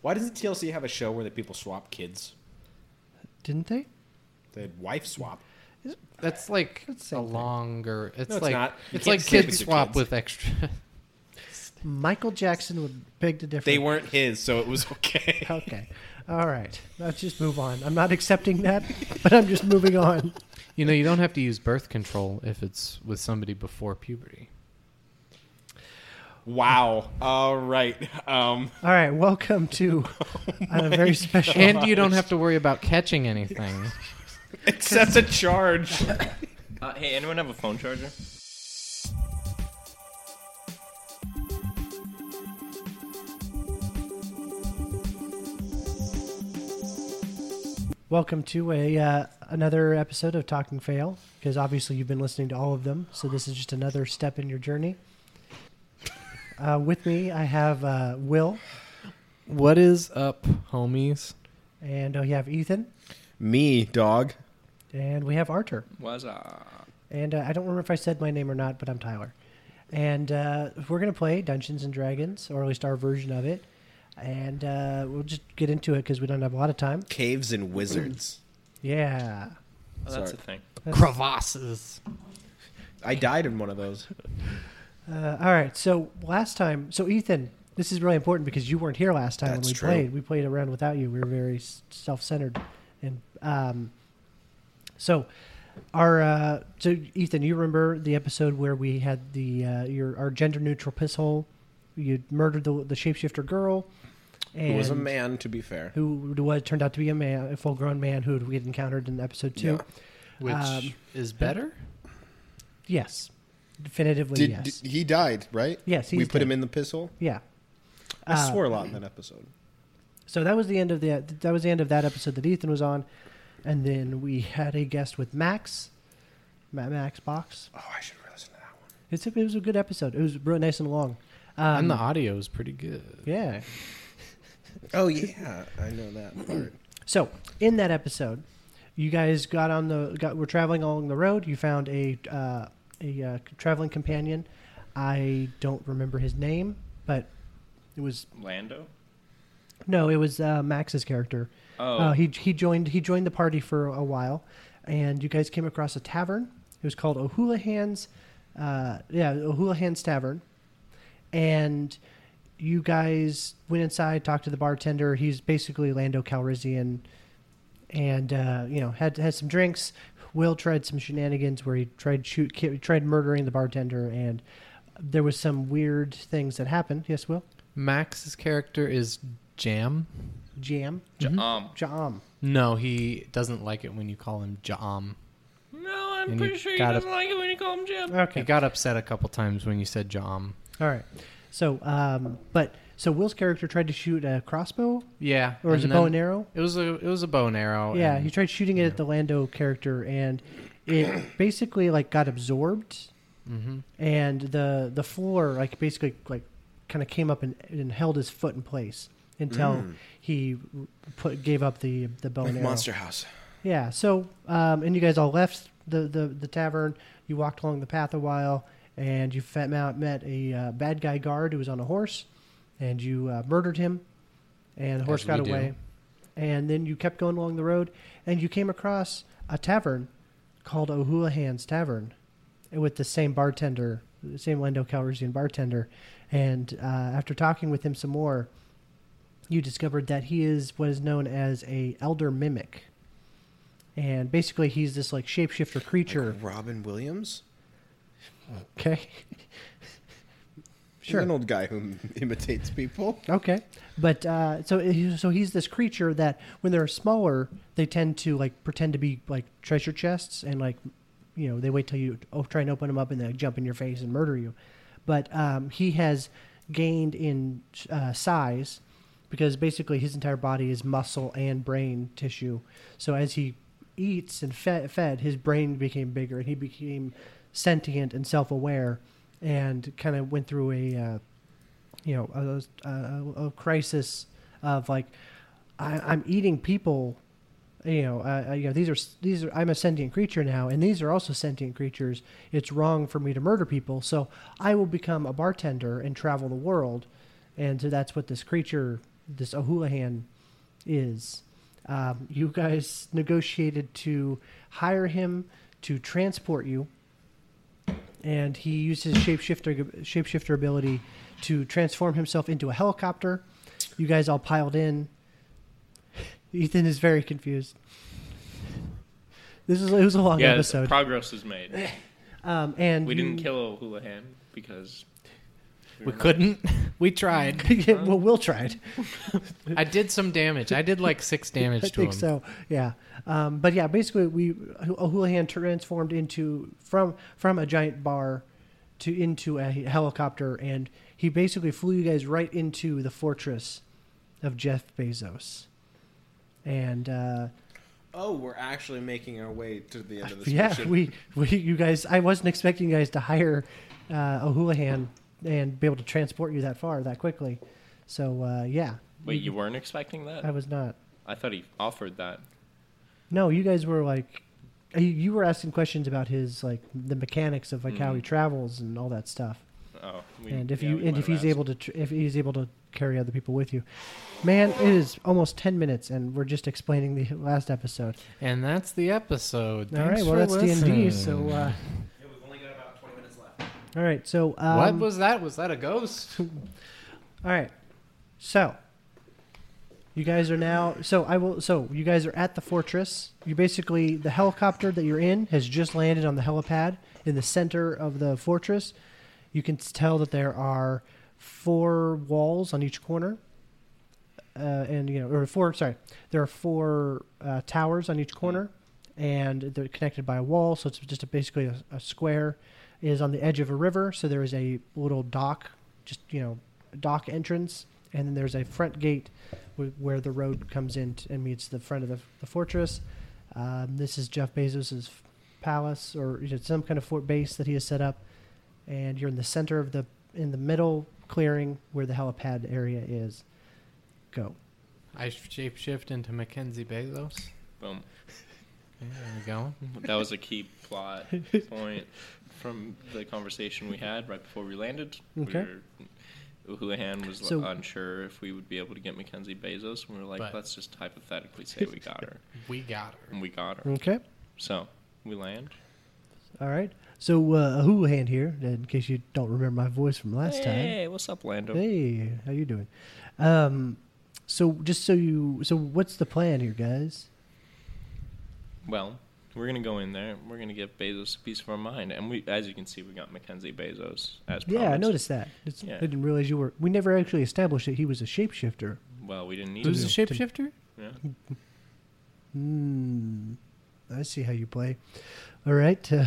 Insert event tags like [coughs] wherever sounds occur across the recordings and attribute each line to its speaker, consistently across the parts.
Speaker 1: Why doesn't TLC have a show where the people swap kids?
Speaker 2: Didn't they?
Speaker 1: The wife swap.
Speaker 3: That's like
Speaker 2: That's the
Speaker 3: a
Speaker 2: same thing.
Speaker 3: longer. It's,
Speaker 1: No, it's
Speaker 3: like
Speaker 1: not. You
Speaker 3: it's
Speaker 1: can't
Speaker 3: like
Speaker 1: sleep
Speaker 3: kid
Speaker 1: with your
Speaker 3: swap
Speaker 1: kids.
Speaker 3: with extra. [laughs]
Speaker 2: Michael Jackson would beg to differ.
Speaker 1: They weren't his, so it was okay.
Speaker 2: Okay. All right. Let's just move on. I'm not accepting that, [laughs] but I'm just moving on.
Speaker 3: you know, you don't have to use birth control if it's with somebody before puberty.
Speaker 1: [laughs] wow. All right. Um,
Speaker 2: All right. Welcome to a very special.
Speaker 3: And you don't have to worry about
Speaker 2: [laughs]
Speaker 3: catching anything.
Speaker 1: [laughs] accept a charge.
Speaker 4: Uh, hey, anyone have a phone charger?
Speaker 2: Welcome to a uh, another episode of Talking Fail because obviously you've been listening to all of them, so this is just another step in your journey. Uh, with me, I have uh, Will,
Speaker 3: What is up, homies?
Speaker 2: and uh, we have Ethan,
Speaker 5: Me, dog.
Speaker 2: and we have Arthur.
Speaker 4: Was uh,
Speaker 2: And uh, I don't remember if I said my name or not, but I'm Tyler. And uh, we're going to play Dungeons and Dragons, or at least our version of it. And uh, we'll just get into it because we don't have a lot of time.
Speaker 5: Caves and wizards.
Speaker 2: Yeah.
Speaker 4: [clears throat] oh,
Speaker 5: Sorry.
Speaker 4: that's a thing.
Speaker 3: Crevasses.
Speaker 5: I died in one of those.
Speaker 2: Uh, all right. So last time, so Ethan, this is really important because you weren't here last time
Speaker 5: That's
Speaker 2: when we
Speaker 5: true.
Speaker 2: played. We played around without you. We were very s- self-centered, and um, so our uh, so Ethan, you remember the episode where we had the uh, your our gender-neutral piss hole? You murdered the the shapeshifter girl. And
Speaker 5: Who was a man, to be fair.
Speaker 2: Who was turned out to be a man, a full-grown man who we had encountered in episode two.
Speaker 5: Yeah.
Speaker 3: Which
Speaker 2: Um,
Speaker 3: is better?
Speaker 2: Yes, definitively
Speaker 5: Did,
Speaker 2: yes.
Speaker 5: did- he died, right?
Speaker 2: Yes, he's
Speaker 5: we put
Speaker 2: dead.
Speaker 5: him in the piss hole.
Speaker 2: yeah.
Speaker 5: I
Speaker 2: Uh,
Speaker 5: swore a lot in that episode.
Speaker 2: So that was the end of the that was the end of that episode that Ethan was on, and then we had a guest with Max, Ma- Max Box.
Speaker 5: Oh, I should listen to that one.
Speaker 2: It's a, it was a good episode. It was really nice and long.
Speaker 3: and
Speaker 2: Um,
Speaker 3: the audio is pretty good.
Speaker 2: yeah.
Speaker 5: Oh yeah, I know that part.
Speaker 2: So in that episode, you guys got on the got were traveling along the road. You found a uh, a uh, traveling companion. I don't remember his name, but it was
Speaker 4: Lando?
Speaker 2: no, it was uh, Max's character.
Speaker 4: Oh,
Speaker 2: Uh, he he joined he joined the party for a while, and you guys came across a tavern. It was called O'Houlihan's, uh, yeah, O'Houlihan's Tavern, and you guys went inside, talked to the bartender. He's basically Lando Calrissian, and uh, you know had had some drinks. Will tried some shenanigans where he tried shoot ki- tried murdering the bartender, and there was some weird things that happened. Yes, Will
Speaker 3: Max's character is Jam.
Speaker 2: Jam
Speaker 4: J- um,
Speaker 2: Jam.
Speaker 3: No, he doesn't like it when you call him Jam.
Speaker 4: no, I'm
Speaker 3: And you
Speaker 4: pretty sure he
Speaker 3: gotta-
Speaker 4: doesn't like it when you call him Jim.
Speaker 2: Okay,
Speaker 3: He got upset a couple times when you said Jam.
Speaker 2: All right. So, um, but so Will's character tried to shoot a crossbow,
Speaker 3: Yeah.
Speaker 2: or is it
Speaker 3: and
Speaker 2: bow
Speaker 3: then-
Speaker 2: and arrow?
Speaker 3: It was a it was a bow and arrow.
Speaker 2: yeah,
Speaker 3: and-
Speaker 2: he tried shooting it at the Lando character, and
Speaker 3: [coughs]
Speaker 2: it basically like got absorbed,
Speaker 3: Mm-hmm.
Speaker 2: and the the floor like basically like kind of came up and, and held his foot in place until
Speaker 3: Mm.
Speaker 2: he put gave up the the bow
Speaker 5: Like
Speaker 2: and arrow.
Speaker 5: Monster House.
Speaker 2: Yeah. So, um, and you guys all left the, the, the tavern. You walked along the path a while, and you fat- met, met a uh, bad guy guard who was on a horse, and you uh, murdered him, and the horse
Speaker 3: As
Speaker 2: got
Speaker 3: we do.
Speaker 2: away. And then you kept going along the road, and you came across a tavern called O'Houlihan's Tavern with the same bartender, the same Lando Calrissian bartender. And uh, after talking with him some more, you discovered that he is what is known as a elder mimic and basically he's this like shapeshifter creature
Speaker 5: Like Robin Williams.
Speaker 2: okay
Speaker 5: He's an old guy who [laughs] imitates people.
Speaker 2: okay but uh, so he- so he's this creature that when they're smaller they tend to like pretend to be like treasure chests and like you know they wait till you oh, try and open them up and they like, jump in your face and murder you but um, he has gained in uh, size because basically his entire body is muscle and brain tissue so as he eats and fed, fed his brain became bigger and he became sentient and self-aware and kind of went through a uh, you know a, a, a crisis of like I, I'm eating people. You know, uh, uh, you know these are s- these are I'm a sentient creature now, and these are also sentient creatures. It's wrong for me to murder people, so I will become a bartender and travel the world, and so that's what this creature this O'Houlihan is. Um, you guys negotiated to hire him to transport you, and he used his shapeshifter shapeshifter ability to transform himself into a helicopter. You guys all piled in. [laughs] Ethan is very confused. This is it was a long
Speaker 4: yeah,
Speaker 2: episode,
Speaker 4: progress is made.
Speaker 2: [laughs] um, and
Speaker 4: We didn't
Speaker 2: you-
Speaker 4: kill O'Houlihan because
Speaker 2: [laughs]
Speaker 3: We couldn't. We tried.
Speaker 2: well, Will tried.
Speaker 3: I did some damage. I did like six
Speaker 2: [laughs]
Speaker 3: damage
Speaker 2: I
Speaker 3: to him.
Speaker 2: think so. Yeah. Um, but yeah, basically, we O'Houlihan transformed into from from a giant bar to into a helicopter, and he basically flew you guys right into the fortress of Jeff Bezos. And uh,
Speaker 5: Oh, we're actually making our way to the end of this
Speaker 2: yeah,
Speaker 5: mission.
Speaker 2: we, we you guys, I wasn't expecting you guys to hire uh, O'Houlihan and be able to transport you that far that quickly. So uh, yeah,
Speaker 4: wait, you weren't expecting
Speaker 2: I
Speaker 4: that?
Speaker 2: was not.
Speaker 4: I thought he offered that.
Speaker 2: No, you guys were like, uh, you- you were asking questions about his like the mechanics of like how
Speaker 5: Mm-hmm.
Speaker 2: he travels and all that stuff.
Speaker 4: Oh, we-
Speaker 2: and if
Speaker 4: yeah,
Speaker 2: you
Speaker 4: we
Speaker 2: and
Speaker 4: might
Speaker 2: if
Speaker 4: have
Speaker 2: he's able to tr- if he's able to carry other people with you, man, it is almost ten minutes, and we're just explaining the last episode.
Speaker 3: And that's the episode.
Speaker 2: all right,
Speaker 3: Thanks
Speaker 2: well
Speaker 3: for
Speaker 2: that's D and D.
Speaker 3: listening.
Speaker 2: So uh,
Speaker 5: Yeah, we've only got about 20 minutes left.
Speaker 2: all right, so um,
Speaker 3: what was that? Was that a ghost? [laughs]
Speaker 2: All right. So you guys are now so I will so you guys are at the fortress. You basically the helicopter that you're in has just landed on the helipad in the center of the fortress. You can s- tell that there are four walls on each corner. Uh, and you know, or four. Sorry, there are four uh, towers on each corner, and they're connected by a wall. So it's just a, basically a, a square. It is on the edge of a river, so there is a little dock, just you know, dock entrance, and then there's a front gate wh- where the road comes in t- and meets the front of the, the fortress. Um, this is Jeff Bezos's f- palace or you know, some kind of fort base that he has set up, and you're in the center of the in the middle clearing where the helipad area is. Go.
Speaker 3: I shapeshift into Mackenzie Bezos. Okay,
Speaker 4: Boom.
Speaker 3: there we go.
Speaker 4: That was a key
Speaker 2: [laughs]
Speaker 4: plot point from the conversation we had right before we landed.
Speaker 2: Okay.
Speaker 4: We were, Houlihan was
Speaker 2: So-
Speaker 4: unsure if we would be able to get Mackenzie Bezos, and we were like,
Speaker 3: But-
Speaker 4: let's just hypothetically say we got her.
Speaker 3: We got her.
Speaker 4: and we got her.
Speaker 2: Okay.
Speaker 4: So we land.
Speaker 2: All right. So uh, a hula hand here, in case you don't remember my voice from last time.
Speaker 4: Hey, what's up, Lando?
Speaker 2: Hey, how you doing? Um, so just so you, so what's the plan here, guys?
Speaker 4: Well, we're gonna go in there. We're gonna give Bezos a piece of our mind, and we, as you can see, we got Mackenzie Bezos as
Speaker 2: Yeah, I
Speaker 4: promised.
Speaker 2: noticed that. It's,
Speaker 4: Yeah.
Speaker 2: I didn't realize you were. We never actually established that he was a shapeshifter.
Speaker 4: Well, we didn't need
Speaker 3: Who's
Speaker 4: to.
Speaker 3: the shapeshifter?
Speaker 4: Yeah.
Speaker 2: Hmm. I see how you play. All right. Uh,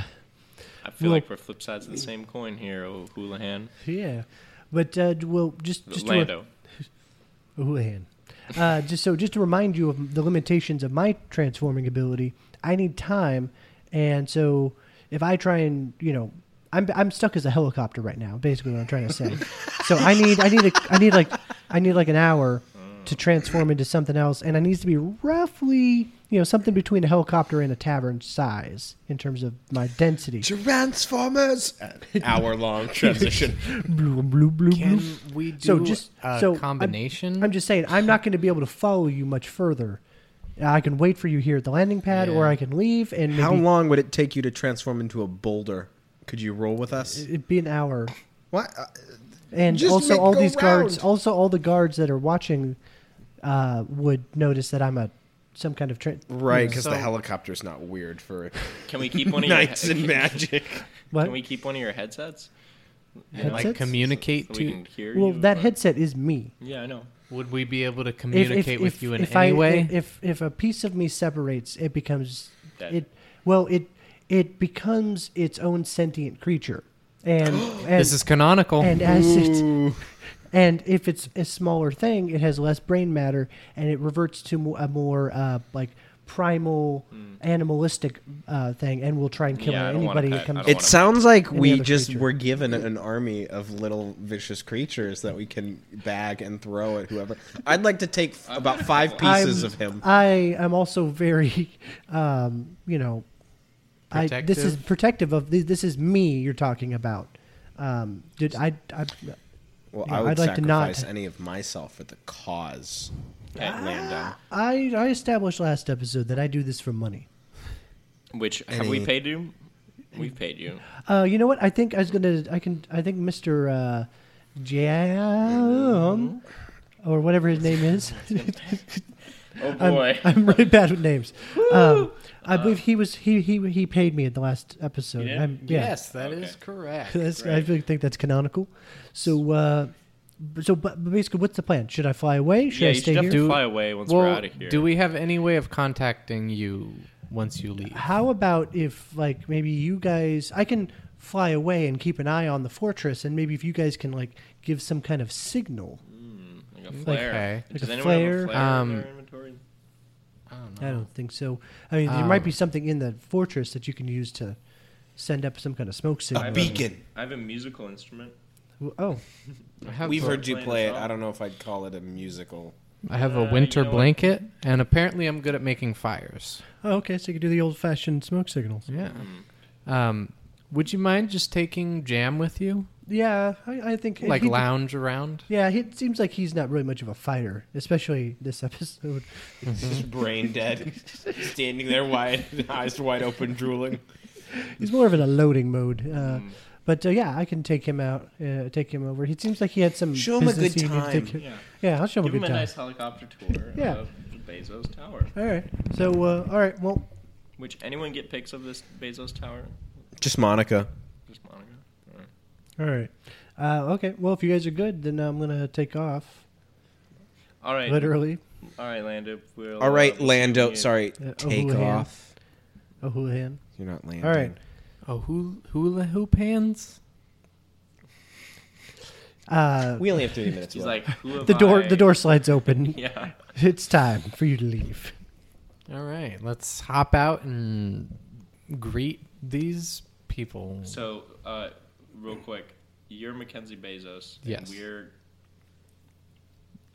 Speaker 4: I feel
Speaker 2: Well-
Speaker 4: like we're flip sides of the same coin here, oh Houlihan.
Speaker 2: yeah. But uh, well, just just to,
Speaker 4: Lando.
Speaker 2: Houlihan. Uh, just so, just to remind you of the limitations of my transforming ability, I need time, and so if I try and you know, I'm I'm stuck as a helicopter right now. Basically, what I'm trying to say. so I need I need a I need like I need like an hour to transform into something else, and I needs to be roughly you know something between a helicopter and a tavern size in terms of my density.
Speaker 5: Transformers!
Speaker 1: Hour
Speaker 5: [laughs]
Speaker 1: long transition.
Speaker 2: Blue, blue, blue, blue.
Speaker 3: Can we do
Speaker 2: So just-
Speaker 3: a
Speaker 2: so I'm-
Speaker 3: combination?
Speaker 2: I'm just saying, I'm not going to be able to follow you much further. I can wait for you here at the landing pad, or
Speaker 3: Yeah.
Speaker 2: I can leave and maybe
Speaker 5: How long would it take you to transform into a boulder? Could you roll with us?
Speaker 2: it'd be an hour.
Speaker 5: What? Uh,
Speaker 2: And
Speaker 5: Just
Speaker 2: also,
Speaker 5: make-
Speaker 2: all
Speaker 5: go
Speaker 2: these guards,
Speaker 5: round.
Speaker 2: also all the guards that are watching, uh, would notice that I'm a some kind of tra-
Speaker 5: right, because
Speaker 3: So-
Speaker 5: the helicopter's not weird [laughs] for
Speaker 4: Can we
Speaker 2: [laughs]
Speaker 4: keep one of your
Speaker 5: knights and
Speaker 4: [laughs]
Speaker 5: magic. [laughs]
Speaker 2: What?
Speaker 4: Can we keep one of your headsets?
Speaker 2: Headsets?
Speaker 3: like communicate
Speaker 4: So
Speaker 3: to.
Speaker 4: we can hear
Speaker 2: well,
Speaker 4: you,
Speaker 2: that
Speaker 4: but-
Speaker 2: headset is me.
Speaker 4: Yeah, I know.
Speaker 3: Would we be able to
Speaker 2: If- if-
Speaker 3: communicate
Speaker 2: if-
Speaker 3: with you in
Speaker 2: if
Speaker 3: any
Speaker 2: I-
Speaker 3: way?
Speaker 2: If if a piece of me separates, it becomes
Speaker 4: Dead.
Speaker 2: it. Well, it it becomes its own sentient creature, and,
Speaker 3: [gasps]
Speaker 2: and
Speaker 3: this is canonical.
Speaker 2: and as it and if it's a smaller thing it has less brain matter and it reverts to mo- a more uh, like primal animalistic uh, thing and will try and kill
Speaker 4: Mm. Yeah, I don't want a
Speaker 2: anybody it
Speaker 4: pet. I
Speaker 2: comes
Speaker 4: don't
Speaker 5: It
Speaker 4: wanna-
Speaker 5: sounds like
Speaker 2: Any
Speaker 5: we
Speaker 2: other
Speaker 5: just
Speaker 2: creature.
Speaker 5: were given an army of little vicious creatures that we can bag and throw at whoever. I'd like to [laughs] take f- about five pieces
Speaker 2: I'm-
Speaker 5: of him.
Speaker 2: i am also very um, you know I, this is
Speaker 3: Protective?
Speaker 2: protective of this is me you're talking about um, did I, I
Speaker 5: Well,
Speaker 2: Yeah,
Speaker 5: I would
Speaker 2: I'd like to not-
Speaker 5: sacrifice any of myself for the cause,
Speaker 2: Ah.
Speaker 4: Okay.
Speaker 5: Lando.
Speaker 2: I I established last episode that I do this for money.
Speaker 4: Which have we
Speaker 5: Any-
Speaker 4: paid you? We've paid you.
Speaker 2: Uh, you know what? I think I was gonna. I can. I think Mister uh, Jam or whatever his name
Speaker 4: [laughs]
Speaker 2: is. [laughs]
Speaker 4: Oh boy.
Speaker 2: I'm, I'm really bad with names. Um, I believe he was. He he he paid me at the last episode.
Speaker 4: Uh, Yeah?
Speaker 2: I'm, yeah.
Speaker 3: Yes, that is
Speaker 4: Okay.
Speaker 2: [laughs]
Speaker 3: correct.
Speaker 2: That's, I really think that's canonical. So, uh, b- so but but basically, what's the plan? Should I fly away? Should
Speaker 4: yeah,
Speaker 2: I
Speaker 4: you should
Speaker 2: stay here?
Speaker 3: Do-
Speaker 4: definitely fly away once we're
Speaker 3: well,
Speaker 4: out of here.
Speaker 3: do we have any way of contacting you once you leave?
Speaker 2: How about if like maybe you guys? I can fly away and keep an eye on the fortress, and maybe if you guys can like give some kind of signal.
Speaker 4: Like a flare.
Speaker 3: Okay.
Speaker 2: Like
Speaker 4: Does
Speaker 2: a
Speaker 4: anyone have a
Speaker 2: flare?
Speaker 4: flare in
Speaker 3: Um,
Speaker 4: their inventory?
Speaker 3: I don't
Speaker 2: I don't think so. I mean, there
Speaker 5: Um,
Speaker 2: might be something in the fortress that you can use to send up some kind of smoke signal.
Speaker 5: A beacon.
Speaker 4: I have a musical instrument.
Speaker 2: Oh,
Speaker 3: I have
Speaker 5: We've
Speaker 3: a-
Speaker 5: heard you
Speaker 4: Playing
Speaker 5: play
Speaker 4: a
Speaker 5: it.
Speaker 4: song.
Speaker 5: I don't know if I'd call it a musical.
Speaker 3: I have
Speaker 4: Uh,
Speaker 3: a
Speaker 4: you
Speaker 3: winter
Speaker 4: know what?
Speaker 3: blanket, and apparently I'm good at making fires.
Speaker 2: oh, okay. So you can do the old-fashioned smoke signals.
Speaker 3: Yeah.
Speaker 4: Hmm.
Speaker 3: Um, would you mind just taking Jam with you,
Speaker 2: Yeah, I, I think
Speaker 3: like
Speaker 2: he-
Speaker 3: lounge around?
Speaker 2: Yeah, he- it seems like he's not really much of a fighter, especially this [laughs] episode.
Speaker 5: Just brain
Speaker 4: [laughs]
Speaker 5: dead, standing there, wide [laughs] eyes wide open, drooling.
Speaker 2: He's more of in a loading mode. Uh,
Speaker 5: Hmm.
Speaker 2: But uh, yeah, I can take him out, uh, take him over. He seems like he had some.
Speaker 5: Show him a
Speaker 2: business
Speaker 5: good
Speaker 2: he needed to
Speaker 5: time.
Speaker 2: take care-
Speaker 4: Yeah.
Speaker 2: Yeah, I'll show him
Speaker 4: Give
Speaker 2: a
Speaker 4: him
Speaker 2: good
Speaker 4: a
Speaker 2: time.
Speaker 4: nice helicopter
Speaker 2: [laughs]
Speaker 4: tour
Speaker 2: Yeah.
Speaker 4: of the Bezos Tower.
Speaker 2: All right. So, uh, all right. Well,
Speaker 4: Which anyone get pics of this Bezos Tower?
Speaker 5: Just Monica.
Speaker 4: Just Monica. All right.
Speaker 2: all right. Uh, okay. Well, if you guys are good, then I'm gonna take off.
Speaker 4: All right.
Speaker 2: Literally,
Speaker 4: All right, Lando. We'll,
Speaker 5: All right,
Speaker 4: uh, we'll see
Speaker 5: Lando.
Speaker 4: you.
Speaker 5: Sorry,
Speaker 2: Uh,
Speaker 5: take
Speaker 2: O'Houlihan.
Speaker 5: off.
Speaker 2: O'Houlihan.
Speaker 5: You're not landing.
Speaker 2: All right.
Speaker 3: Oh, hula, hula hoop hands.
Speaker 2: Uh,
Speaker 5: We only have three minutes.
Speaker 4: He's
Speaker 5: left.
Speaker 4: like, who have
Speaker 2: the door,
Speaker 4: I-
Speaker 2: the door slides open.
Speaker 4: [laughs] Yeah.
Speaker 2: It's time for you to leave.
Speaker 3: All right, let's hop out and greet these people.
Speaker 4: So, uh, real quick, you're Mackenzie Bezos. and
Speaker 3: Yes.
Speaker 4: We're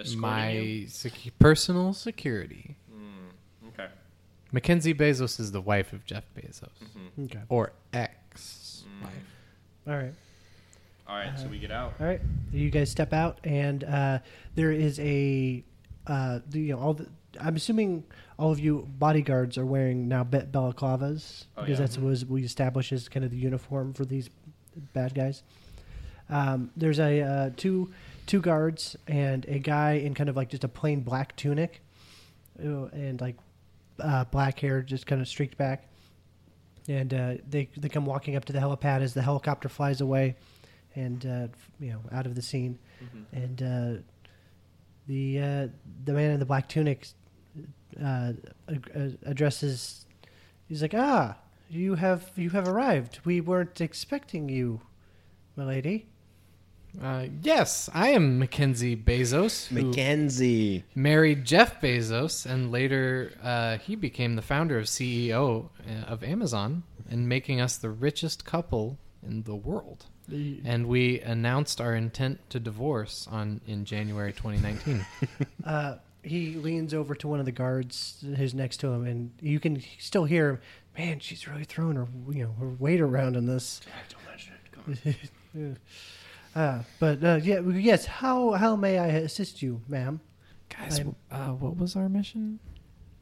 Speaker 4: escorting you?
Speaker 3: My secu- personal security.
Speaker 4: Okay.
Speaker 3: Mackenzie Bezos is the wife of Jeff Bezos,
Speaker 4: Mm-hmm.
Speaker 2: Okay.
Speaker 3: or ex-wife.
Speaker 4: Mm.
Speaker 2: All right.
Speaker 4: All right. so we get out.
Speaker 2: All right, you guys step out, and uh, there is a, uh, the- you know, all the. I'm assuming all of you bodyguards are wearing now be- balaclavas
Speaker 4: Oh,
Speaker 2: because
Speaker 4: yeah.
Speaker 2: that's what was- we established as kind of the uniform for these bad guys. Um, there's a uh, two two guards and a guy in kind of like just a plain black tunic, uh, and like uh, black hair just kind of streaked back and uh, they they come walking up to the helipad as the helicopter flies away, and uh, f- you know out of the scene,
Speaker 4: Mm-hmm.
Speaker 2: and uh, the uh, the man in the black tunic uh, ag- uh, addresses. He's like, "Ah, you have you have arrived. We weren't expecting you, milady."
Speaker 3: Uh, yes, I am Mackenzie Bezos, who
Speaker 5: Mackenzie.
Speaker 3: married Jeff Bezos, and later uh, he became the founder of CEO uh, of Amazon, and making us the richest couple in the world. And we announced our intent to divorce on in January 2019.
Speaker 2: Uh, he leans over to one of the guards who's next to him, and you can still hear him. Man, she's really throwing her you know her weight around in this. Uh, but uh, yeah, yes. How how may I assist you, ma'am?
Speaker 3: Guys,
Speaker 2: I'm-
Speaker 3: uh, what was our mission?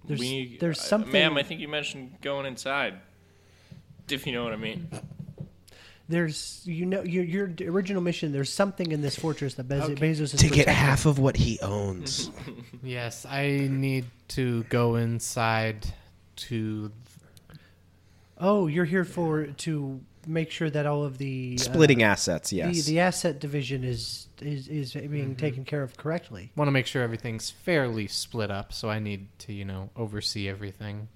Speaker 2: There's
Speaker 4: we,
Speaker 2: there's
Speaker 4: uh,
Speaker 2: something.
Speaker 4: Ma'am, I think you mentioned going inside. If you know what I mean.
Speaker 2: there's you know your your original mission. There's something in this fortress that Bez- Bezos is
Speaker 5: To get
Speaker 2: protecting.
Speaker 5: half of what he
Speaker 2: [laughs]
Speaker 5: owns.
Speaker 3: Yes, I need to go inside to
Speaker 2: Oh, you're here for to make sure that all of the uh,
Speaker 5: Splitting assets, yes.
Speaker 2: the, the asset division is is is being taken care of correctly.
Speaker 3: want to make sure everything's fairly split up, so I need to, you know, oversee everything.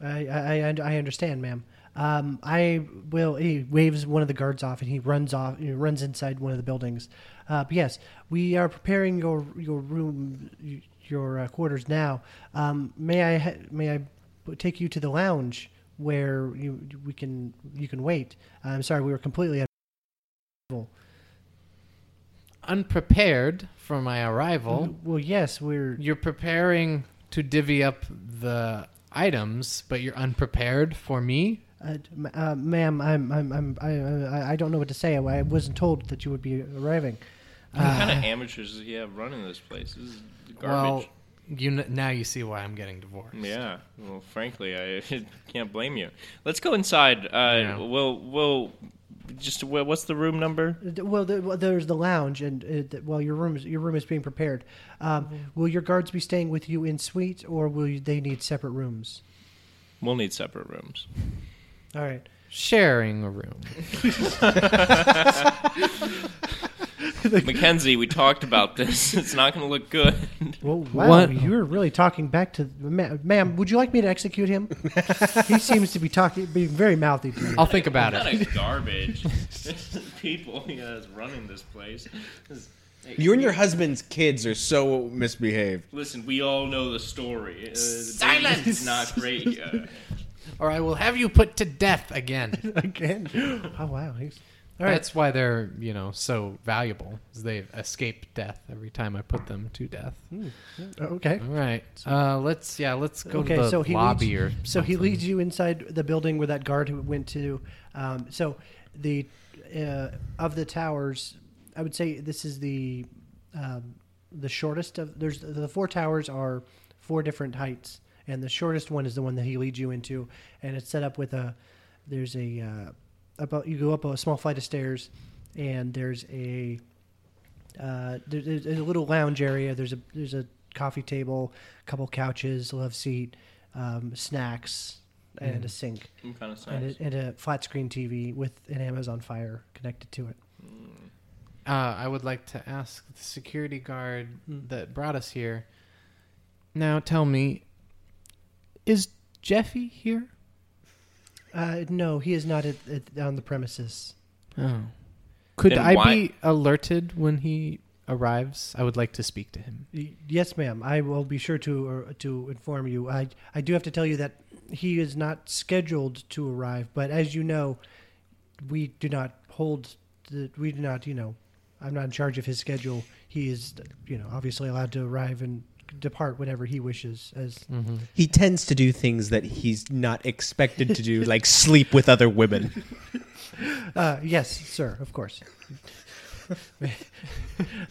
Speaker 2: I I, I, I understand, ma'am. Um, I will. He waves one of the guards off, and he runs off. He runs inside one of the buildings. Uh, but yes, we are preparing your your room, y- your uh, quarters now. Um, may I ha- may I b- take you to the lounge where you we can you can wait. I'm sorry, we were completely at.
Speaker 3: Unprepared for my arrival,
Speaker 2: Well, yes, we're
Speaker 3: you're preparing to divvy up the items, but you're unprepared for me.
Speaker 2: uh, ma- uh, ma'am. I'm I'm, I'm I, I I don't know what to say. I, I wasn't told that you would be arriving.
Speaker 4: What kind of amateurs does he have running this place? This is
Speaker 3: Well,
Speaker 4: garbage.
Speaker 3: you kn- now you see why I'm getting divorced.
Speaker 4: yeah. Well, frankly, I [laughs] can't blame you. Let's go inside. Uh,
Speaker 3: Yeah.
Speaker 4: We'll we'll just wha- what's the room number?
Speaker 2: Uh, D- Well, the, well, there's the lounge, and uh, th- well, your room is your room is being prepared. Um, Will your guards be staying with you in suite, or will you, they need separate rooms?
Speaker 4: We'll need separate rooms.
Speaker 2: All right.
Speaker 3: Sharing a room.
Speaker 4: Mackenzie, we talked about this. It's not going to look good. [laughs]
Speaker 2: Well, wow,
Speaker 3: What-
Speaker 2: you're really talking back to ma- ma'am. Would you like me to execute him? he seems to be talking, being very mouthy to you.
Speaker 3: I'll think about it.
Speaker 4: kind of garbage [laughs] people you know, is running this place. This- hey,
Speaker 5: You and your husband's kids are so misbehaved.
Speaker 4: Listen, we all know the story. Uh, Silence is not great. Uh,
Speaker 3: Or I will have you put to
Speaker 2: [laughs]
Speaker 3: death again.
Speaker 2: again. Oh wow. He's, all right.
Speaker 3: That's why they're, you know, so valuable. Is they escape death every time I put them to death.
Speaker 2: Hmm. okay.
Speaker 3: All right. Uh, let's yeah, let's go
Speaker 2: okay,
Speaker 3: to the
Speaker 2: so he
Speaker 3: lobby
Speaker 2: leads,
Speaker 3: or
Speaker 2: so he
Speaker 3: something.
Speaker 2: leads you inside the building where that guard who went to. Um, so the uh, of the towers, I would say this is the um, the shortest of. There's the four towers are four different heights, and the shortest one is the one that he leads you into, and it's set up with a there's a uh, about you go up a small flight of stairs, and there's a uh, there, there's there's a little lounge area. There's a there's a coffee table, a couple couches, love seat, um, snacks, and a sink,
Speaker 4: I'm kind of sad.
Speaker 2: and a, and a flat screen TV with an Amazon Fire connected to it.
Speaker 3: Uh, I would like to ask the security guard that brought us here. Now tell me, is Jeffy here?
Speaker 2: Uh, no, he is not at, at, on the premises.
Speaker 3: Oh. Could
Speaker 4: Then
Speaker 3: I
Speaker 4: why-
Speaker 3: be alerted when he arrives? I would like to speak to him.
Speaker 2: Y- Yes, ma'am. I will be sure to uh, to inform you. I I do have to tell you that he is not scheduled to arrive, but as you know, we do not hold the, we do not, you know, I'm not in charge of his schedule. He is, you know, obviously allowed to arrive and depart whenever he wishes as
Speaker 5: He tends to do things that he's not expected to do, like sleep with other women.
Speaker 2: uh yes, sir, of course. [laughs] All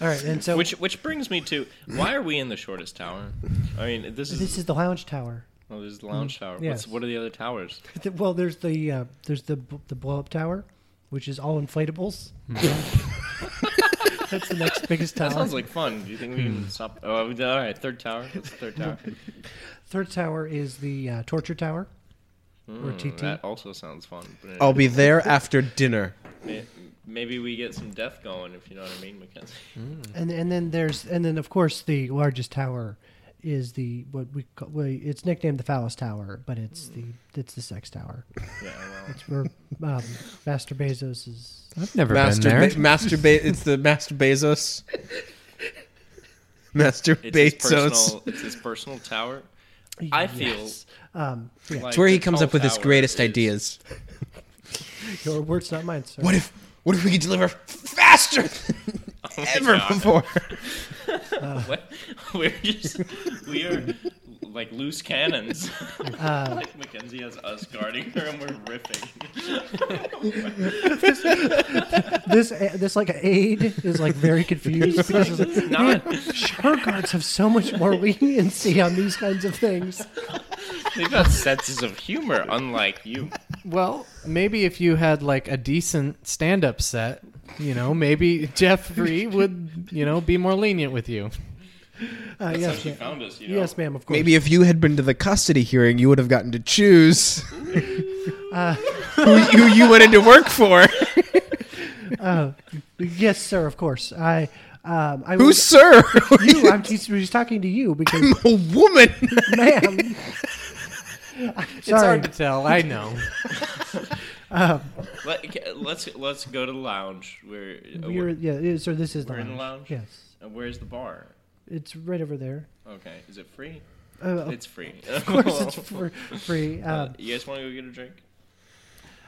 Speaker 2: right, and so
Speaker 4: Which which brings me to why are we in the shortest tower? I mean, this is
Speaker 2: this is the lounge tower.
Speaker 4: oh, this is the lounge tower.
Speaker 2: yes.
Speaker 4: What's, what are the other
Speaker 5: [laughs]
Speaker 4: towers?
Speaker 2: Th- Well, there's the uh, there's the b- the blow up tower, which is all inflatables. That's the next biggest tower.
Speaker 4: Hmm. That sounds like fun. Do you think we
Speaker 5: Hmm.
Speaker 4: can stop? Oh, all right, third tower. That's the
Speaker 5: [laughs]
Speaker 4: third tower.
Speaker 2: Third tower is the uh, torture tower, or
Speaker 4: Mm,
Speaker 2: TT.
Speaker 4: that also sounds fun. But
Speaker 5: I'll be there after dinner.
Speaker 4: may- maybe we get some death going if you know what I mean, Mackenzie.
Speaker 2: And and then there's and then of course the largest tower is the what we call well, it's nicknamed the phallus tower, but it's the it's the sex tower.
Speaker 4: [laughs] Yeah, well, [laughs]
Speaker 2: Where um, Master Bezos is.
Speaker 3: I've never
Speaker 5: Master,
Speaker 3: been there.
Speaker 5: Be- Master Be- it's the Master
Speaker 4: [laughs]
Speaker 5: Bezos. Master
Speaker 4: it's his
Speaker 5: Bezos.
Speaker 4: personal. It's his
Speaker 5: [laughs]
Speaker 4: personal tower. I feel
Speaker 2: Um, yeah,
Speaker 4: like
Speaker 5: It's where he
Speaker 4: the
Speaker 5: comes
Speaker 4: tall
Speaker 5: up with his
Speaker 4: tower
Speaker 5: greatest
Speaker 4: is-
Speaker 5: ideas.
Speaker 2: your words, not mine, sir.
Speaker 5: What if? What if we could deliver faster
Speaker 4: [laughs]
Speaker 5: than ever
Speaker 4: Oh God. [laughs]
Speaker 5: before?
Speaker 4: [laughs] What? [laughs] We're just we are like loose cannons. [laughs]
Speaker 2: Uh,
Speaker 4: like Mackenzie has us guarding her, and we're riffing.
Speaker 2: this uh, this like aide is like very confused because it's like,
Speaker 4: Not
Speaker 2: Her guards have so much more leniency on these kinds of things. Uh,
Speaker 4: they've got senses of humor, unlike you.
Speaker 3: Well, maybe if you had like a decent stand-up set, you know, maybe [laughs] Jeffrey would, you know, be more lenient with you.
Speaker 2: Uh,
Speaker 4: That's how
Speaker 2: yes,
Speaker 4: she
Speaker 2: ma'am.
Speaker 4: found us. You know?
Speaker 2: yes, ma'am. Of course.
Speaker 5: Maybe if you had been to the custody hearing, you would have gotten to [laughs] choose who, who you wanted to work for.
Speaker 2: Yes, sir. Of course. I. Um, I
Speaker 5: Who,
Speaker 2: was,
Speaker 5: sir? [laughs]
Speaker 2: you? I'm he's, he's talking to you because,
Speaker 5: I'm a woman.
Speaker 2: ma'am.
Speaker 3: It's
Speaker 2: Sorry.
Speaker 3: hard to tell. I know.
Speaker 4: Let, let's let's go to the lounge. Where uh,
Speaker 2: You're,
Speaker 4: where-
Speaker 2: yeah, yeah, sir. This is the
Speaker 4: We're in
Speaker 2: lounge.
Speaker 4: the lounge?
Speaker 2: Yes,
Speaker 4: uh, where's the bar?
Speaker 2: it's right over there.
Speaker 4: Okay, is it free?
Speaker 2: Uh,
Speaker 4: It's free.
Speaker 2: [laughs]
Speaker 4: Uh,
Speaker 2: of course,
Speaker 4: [laughs]
Speaker 2: it's for free. Um,
Speaker 4: you guys want to go get a drink?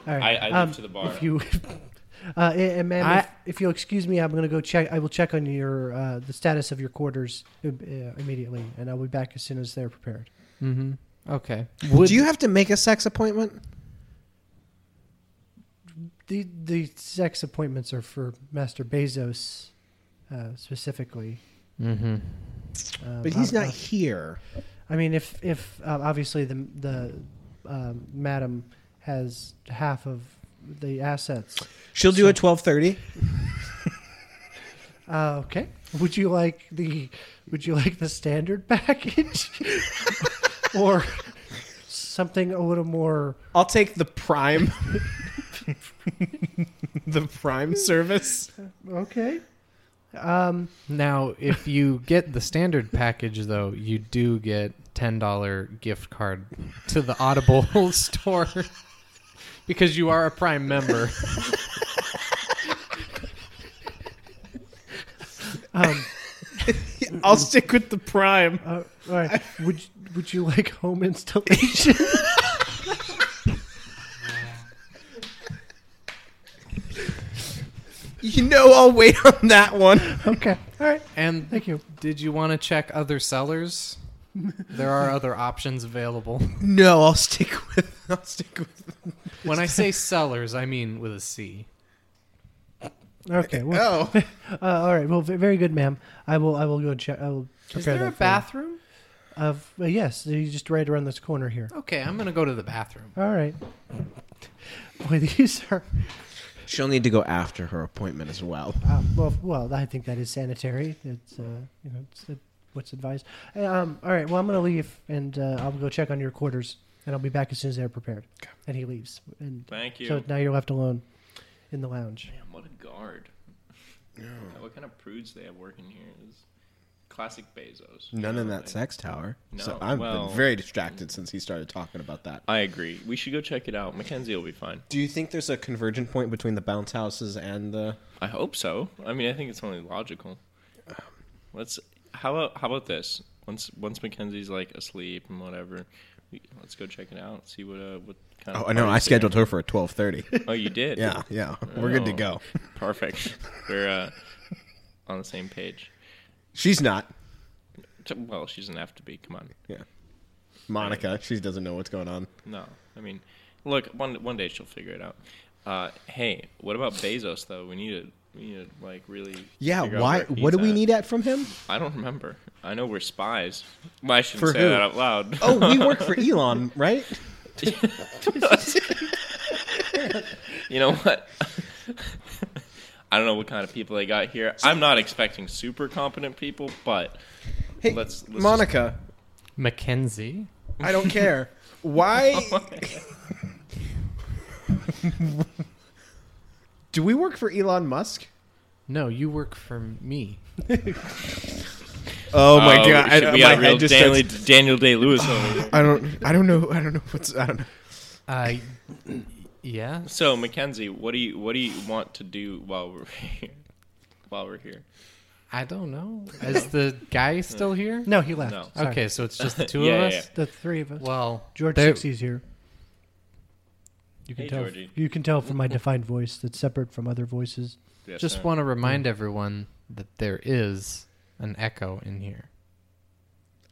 Speaker 2: all right.
Speaker 4: Uh, I, I live
Speaker 2: um,
Speaker 4: to the bar.
Speaker 2: If you, [laughs] uh, and, and ma'am,
Speaker 3: I-
Speaker 2: if, if you'll excuse me, I'm going to go check. I will check on your uh, the status of your quarters uh, immediately, and I'll be back as soon as they're prepared.
Speaker 3: [laughs] Mm-hmm. Okay. Would
Speaker 5: Do you have to make a sex appointment?
Speaker 2: The the sex appointments are for Master Bezos uh, specifically.
Speaker 3: Mm-hmm.
Speaker 2: Um,
Speaker 5: But he's not
Speaker 2: ob-
Speaker 5: here.
Speaker 2: I mean, if if uh, obviously the the um, madam has half of the assets.
Speaker 5: She'll do a twelve thirty.
Speaker 2: Uh, okay. Would you like the Would you like the standard package, [laughs] or something a little more?
Speaker 5: I'll take the [laughs] prime. the prime service.
Speaker 2: Okay.
Speaker 3: Now, if you get the standard package, though, you do get ten dollar gift card to the Audible [laughs] store because you are a Prime member.
Speaker 5: I'll stick with the prime.
Speaker 2: um, Uh, all right. Would Would you like home installation?
Speaker 5: You know I'll wait on that one.
Speaker 2: okay. All right.
Speaker 3: And
Speaker 2: Thank you.
Speaker 3: did you want to check other sellers? There are other options available.
Speaker 5: No, I'll stick with. I'll stick with.
Speaker 3: When I say sellers, I mean with a C.
Speaker 2: Okay. Well,
Speaker 5: Oh, [laughs]
Speaker 2: uh, all right. Well, ve- very good, ma'am. I will. I will go check. I will.
Speaker 3: Is
Speaker 2: prepare
Speaker 3: there a
Speaker 2: that for you.
Speaker 3: bathroom?
Speaker 2: Of uh, yes, you just right around this corner here.
Speaker 3: Okay, I'm gonna go to the bathroom.
Speaker 2: All right. Boy, [laughs] these are
Speaker 5: she'll need to go after her appointment as well.
Speaker 2: uh, well. Well, I think that is sanitary. It's uh, you know, it's, it, what's advised. Uh, Um, all right. Well, I'm going to leave, and uh, I'll go check on your quarters, and I'll be back as soon as they're prepared. And he leaves, and
Speaker 4: Thank you.
Speaker 2: so now you're left alone in the lounge.
Speaker 4: Damn, what a guard. God, What kind of prudes they have working here is classic Bezos.
Speaker 5: None in that
Speaker 4: Like,
Speaker 5: sex tower. so
Speaker 4: No,
Speaker 5: I've
Speaker 4: well-
Speaker 5: been very distracted since he started talking about that.
Speaker 4: I agree. We should go check it out. Mackenzie will be fine.
Speaker 5: Do you think there's a convergent point between the bounce houses and the?
Speaker 4: I hope so. I mean, I think it's only logical. Let's. How about how about this? Once once Mackenzie's like asleep and whatever, we, let's go check it out. See what uh what kind.
Speaker 5: Oh,
Speaker 4: of
Speaker 5: I know. I
Speaker 4: parties they
Speaker 5: scheduled her for a twelve thirty. [laughs]
Speaker 4: have. Oh, you did.
Speaker 5: Yeah, yeah. We're good to go.
Speaker 4: Perfect. [laughs] We're uh, on the same page.
Speaker 5: [laughs] She's not.
Speaker 4: T- Well, she doesn't have to be. Come on.
Speaker 5: Yeah. Monica, she doesn't know what's going on.
Speaker 4: No, I mean, look, one one day she'll figure it out. Uh, hey, what about Bezos though? We need to we need to like really.
Speaker 5: Yeah,
Speaker 4: figure out
Speaker 5: why?
Speaker 4: where
Speaker 5: What do
Speaker 4: he's
Speaker 5: we
Speaker 4: at.
Speaker 5: need at from him?
Speaker 4: I don't remember. I know we're spies. Well, I shouldn't
Speaker 5: For
Speaker 4: say
Speaker 5: who?
Speaker 4: that out loud. [laughs]
Speaker 5: Oh, we work for [laughs] Elon, right?
Speaker 4: you know what? [laughs] I don't know what kind of people they got here. I'm not expecting super competent people, but
Speaker 5: Hey,
Speaker 4: Let's- let's
Speaker 5: Monica,
Speaker 3: Mackenzie.
Speaker 5: I
Speaker 4: [laughs]
Speaker 5: don't care. Why
Speaker 4: Oh
Speaker 5: do we work for Elon Musk?
Speaker 3: No, you work for me.
Speaker 5: Oh my
Speaker 4: Oh,
Speaker 5: god!
Speaker 4: shit,
Speaker 5: I,
Speaker 4: we
Speaker 5: my
Speaker 4: got a real
Speaker 5: head just
Speaker 4: Daniel,
Speaker 5: starts-
Speaker 4: Daniel Day Lewis
Speaker 5: [laughs]
Speaker 4: over here.
Speaker 5: I don't. I don't know. [laughs] I don't know what's. I don't know.
Speaker 3: Uh, [clears throat] yeah.
Speaker 4: So Mackenzie, what do you what do you want to do while we're [laughs] here? While we're here,
Speaker 3: I don't know. Is the guy still here?
Speaker 2: No, he left.
Speaker 4: No.
Speaker 2: Sorry.
Speaker 3: Okay, so it's just the
Speaker 4: [laughs]
Speaker 3: two
Speaker 4: Yeah,
Speaker 3: of
Speaker 4: yeah,
Speaker 3: us.
Speaker 2: The three of us.
Speaker 3: Well,
Speaker 2: George
Speaker 3: there-
Speaker 2: Sixie's here. You can
Speaker 4: Hey,
Speaker 2: tell.
Speaker 4: Georgie.
Speaker 2: You can tell from my defined voice that's separate from other voices.
Speaker 4: Yes,
Speaker 3: just
Speaker 4: sir.
Speaker 3: want to remind everyone that there is an echo in here.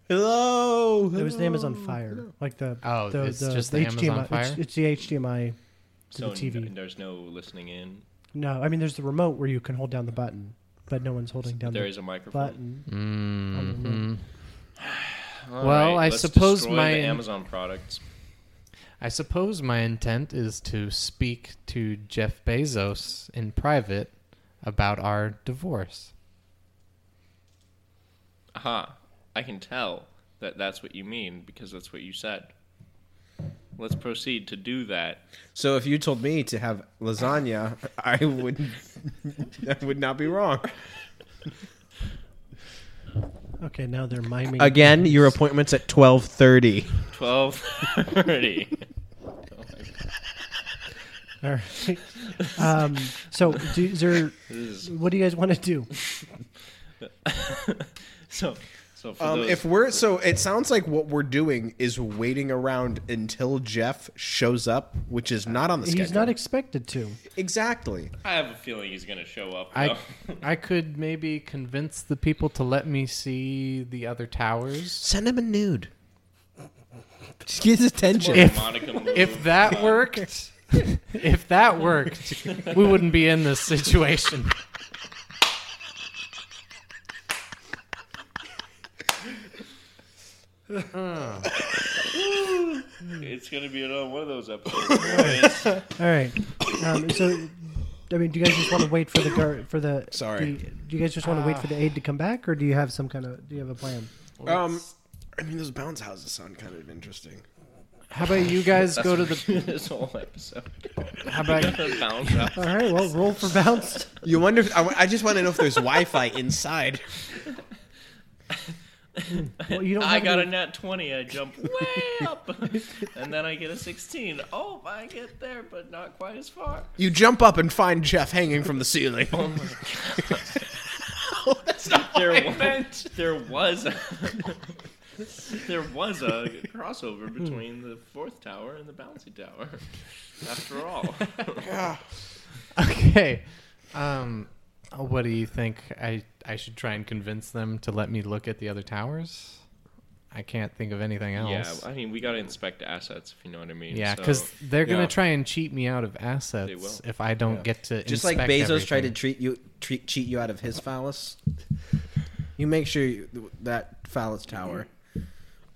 Speaker 5: Hello.
Speaker 2: It was the Amazon Fire, like the
Speaker 3: Oh,
Speaker 2: the,
Speaker 3: it's just the Amazon
Speaker 2: HDMI It's,
Speaker 3: Fire?
Speaker 2: it's the HDMI. to
Speaker 4: so
Speaker 2: the TV.
Speaker 4: n- there's no listening in.
Speaker 2: No, I mean there's the remote where you can hold down the button, but no one's holding down
Speaker 4: There
Speaker 2: the
Speaker 4: is a microphone.
Speaker 2: button.
Speaker 3: Mhm.
Speaker 4: All
Speaker 3: Well, I
Speaker 4: let's
Speaker 3: suppose
Speaker 4: destroy
Speaker 3: my-
Speaker 4: the Amazon products.
Speaker 3: I suppose my intent is to speak to Jeff Bezos in private about our divorce.
Speaker 4: Aha! I can tell that that's what you mean because that's what you said. Let's proceed to do that.
Speaker 5: So if you told me to have lasagna, I would. [laughs] I would not be wrong.
Speaker 2: Okay, now they're miming
Speaker 5: Again, your appointment's at twelve thirty.
Speaker 4: Twelve thirty.
Speaker 2: All right. [laughs] um, so, do, is there? What do you guys want to do?
Speaker 4: so, so for
Speaker 5: Um,
Speaker 4: those,
Speaker 5: if we're so, it sounds like what we're doing is waiting around until Jeff shows up, which is not on the schedule.
Speaker 2: He's not expected to.
Speaker 5: exactly.
Speaker 4: I have a feeling he's going to show up.
Speaker 3: I
Speaker 4: though.
Speaker 3: I could maybe convince the people to let me see the other towers.
Speaker 5: Send him a nude. Just get his attention.
Speaker 3: If-
Speaker 4: Monica Malou.
Speaker 3: If that worked, if that worked, we wouldn't be in this situation.
Speaker 4: It's gonna be another one of those episodes.
Speaker 2: All right. Um, so, I mean, do you guys just want to wait for the gar- for the?
Speaker 5: Sorry.
Speaker 2: Do you, do you guys just want to wait for the aid to come back, or do you have some kind of? Do you have a plan?
Speaker 5: Um, I mean, those bounce houses sound kind of interesting.
Speaker 3: How about you guys go to the?
Speaker 4: [laughs] this whole episode.
Speaker 3: How about
Speaker 4: Bounce out.
Speaker 2: All right. Well, roll for bounced.
Speaker 5: You wonder. If, I, I just want to know if there's [laughs] Wi-Fi inside.
Speaker 2: Well, you don't.
Speaker 4: I
Speaker 2: have
Speaker 4: got a
Speaker 2: any-
Speaker 4: nat 20. I jump way up. [laughs] and then I get a 16. Oh, I get there, but not quite as far.
Speaker 5: You jump up and find Jeff hanging from the ceiling.
Speaker 4: [laughs] There was, there was a, [laughs] there was a crossover between the fourth tower and the bouncy tower. After all,
Speaker 3: okay. Um, what do you think? I I should try and convince them to let me look at the other towers. I can't think of anything
Speaker 4: yeah.
Speaker 3: else.
Speaker 4: I mean, we gotta inspect assets if you know what I mean.
Speaker 3: Yeah,
Speaker 4: so-
Speaker 3: because they're gonna
Speaker 5: Yeah.
Speaker 3: try and cheat me out of assets
Speaker 4: They will.
Speaker 3: if I don't get to
Speaker 5: Just like
Speaker 3: inspect
Speaker 5: Bezos tried to
Speaker 3: everything.
Speaker 5: treat you, treat, cheat you out of his phallus. You make sure you, that phallus tower.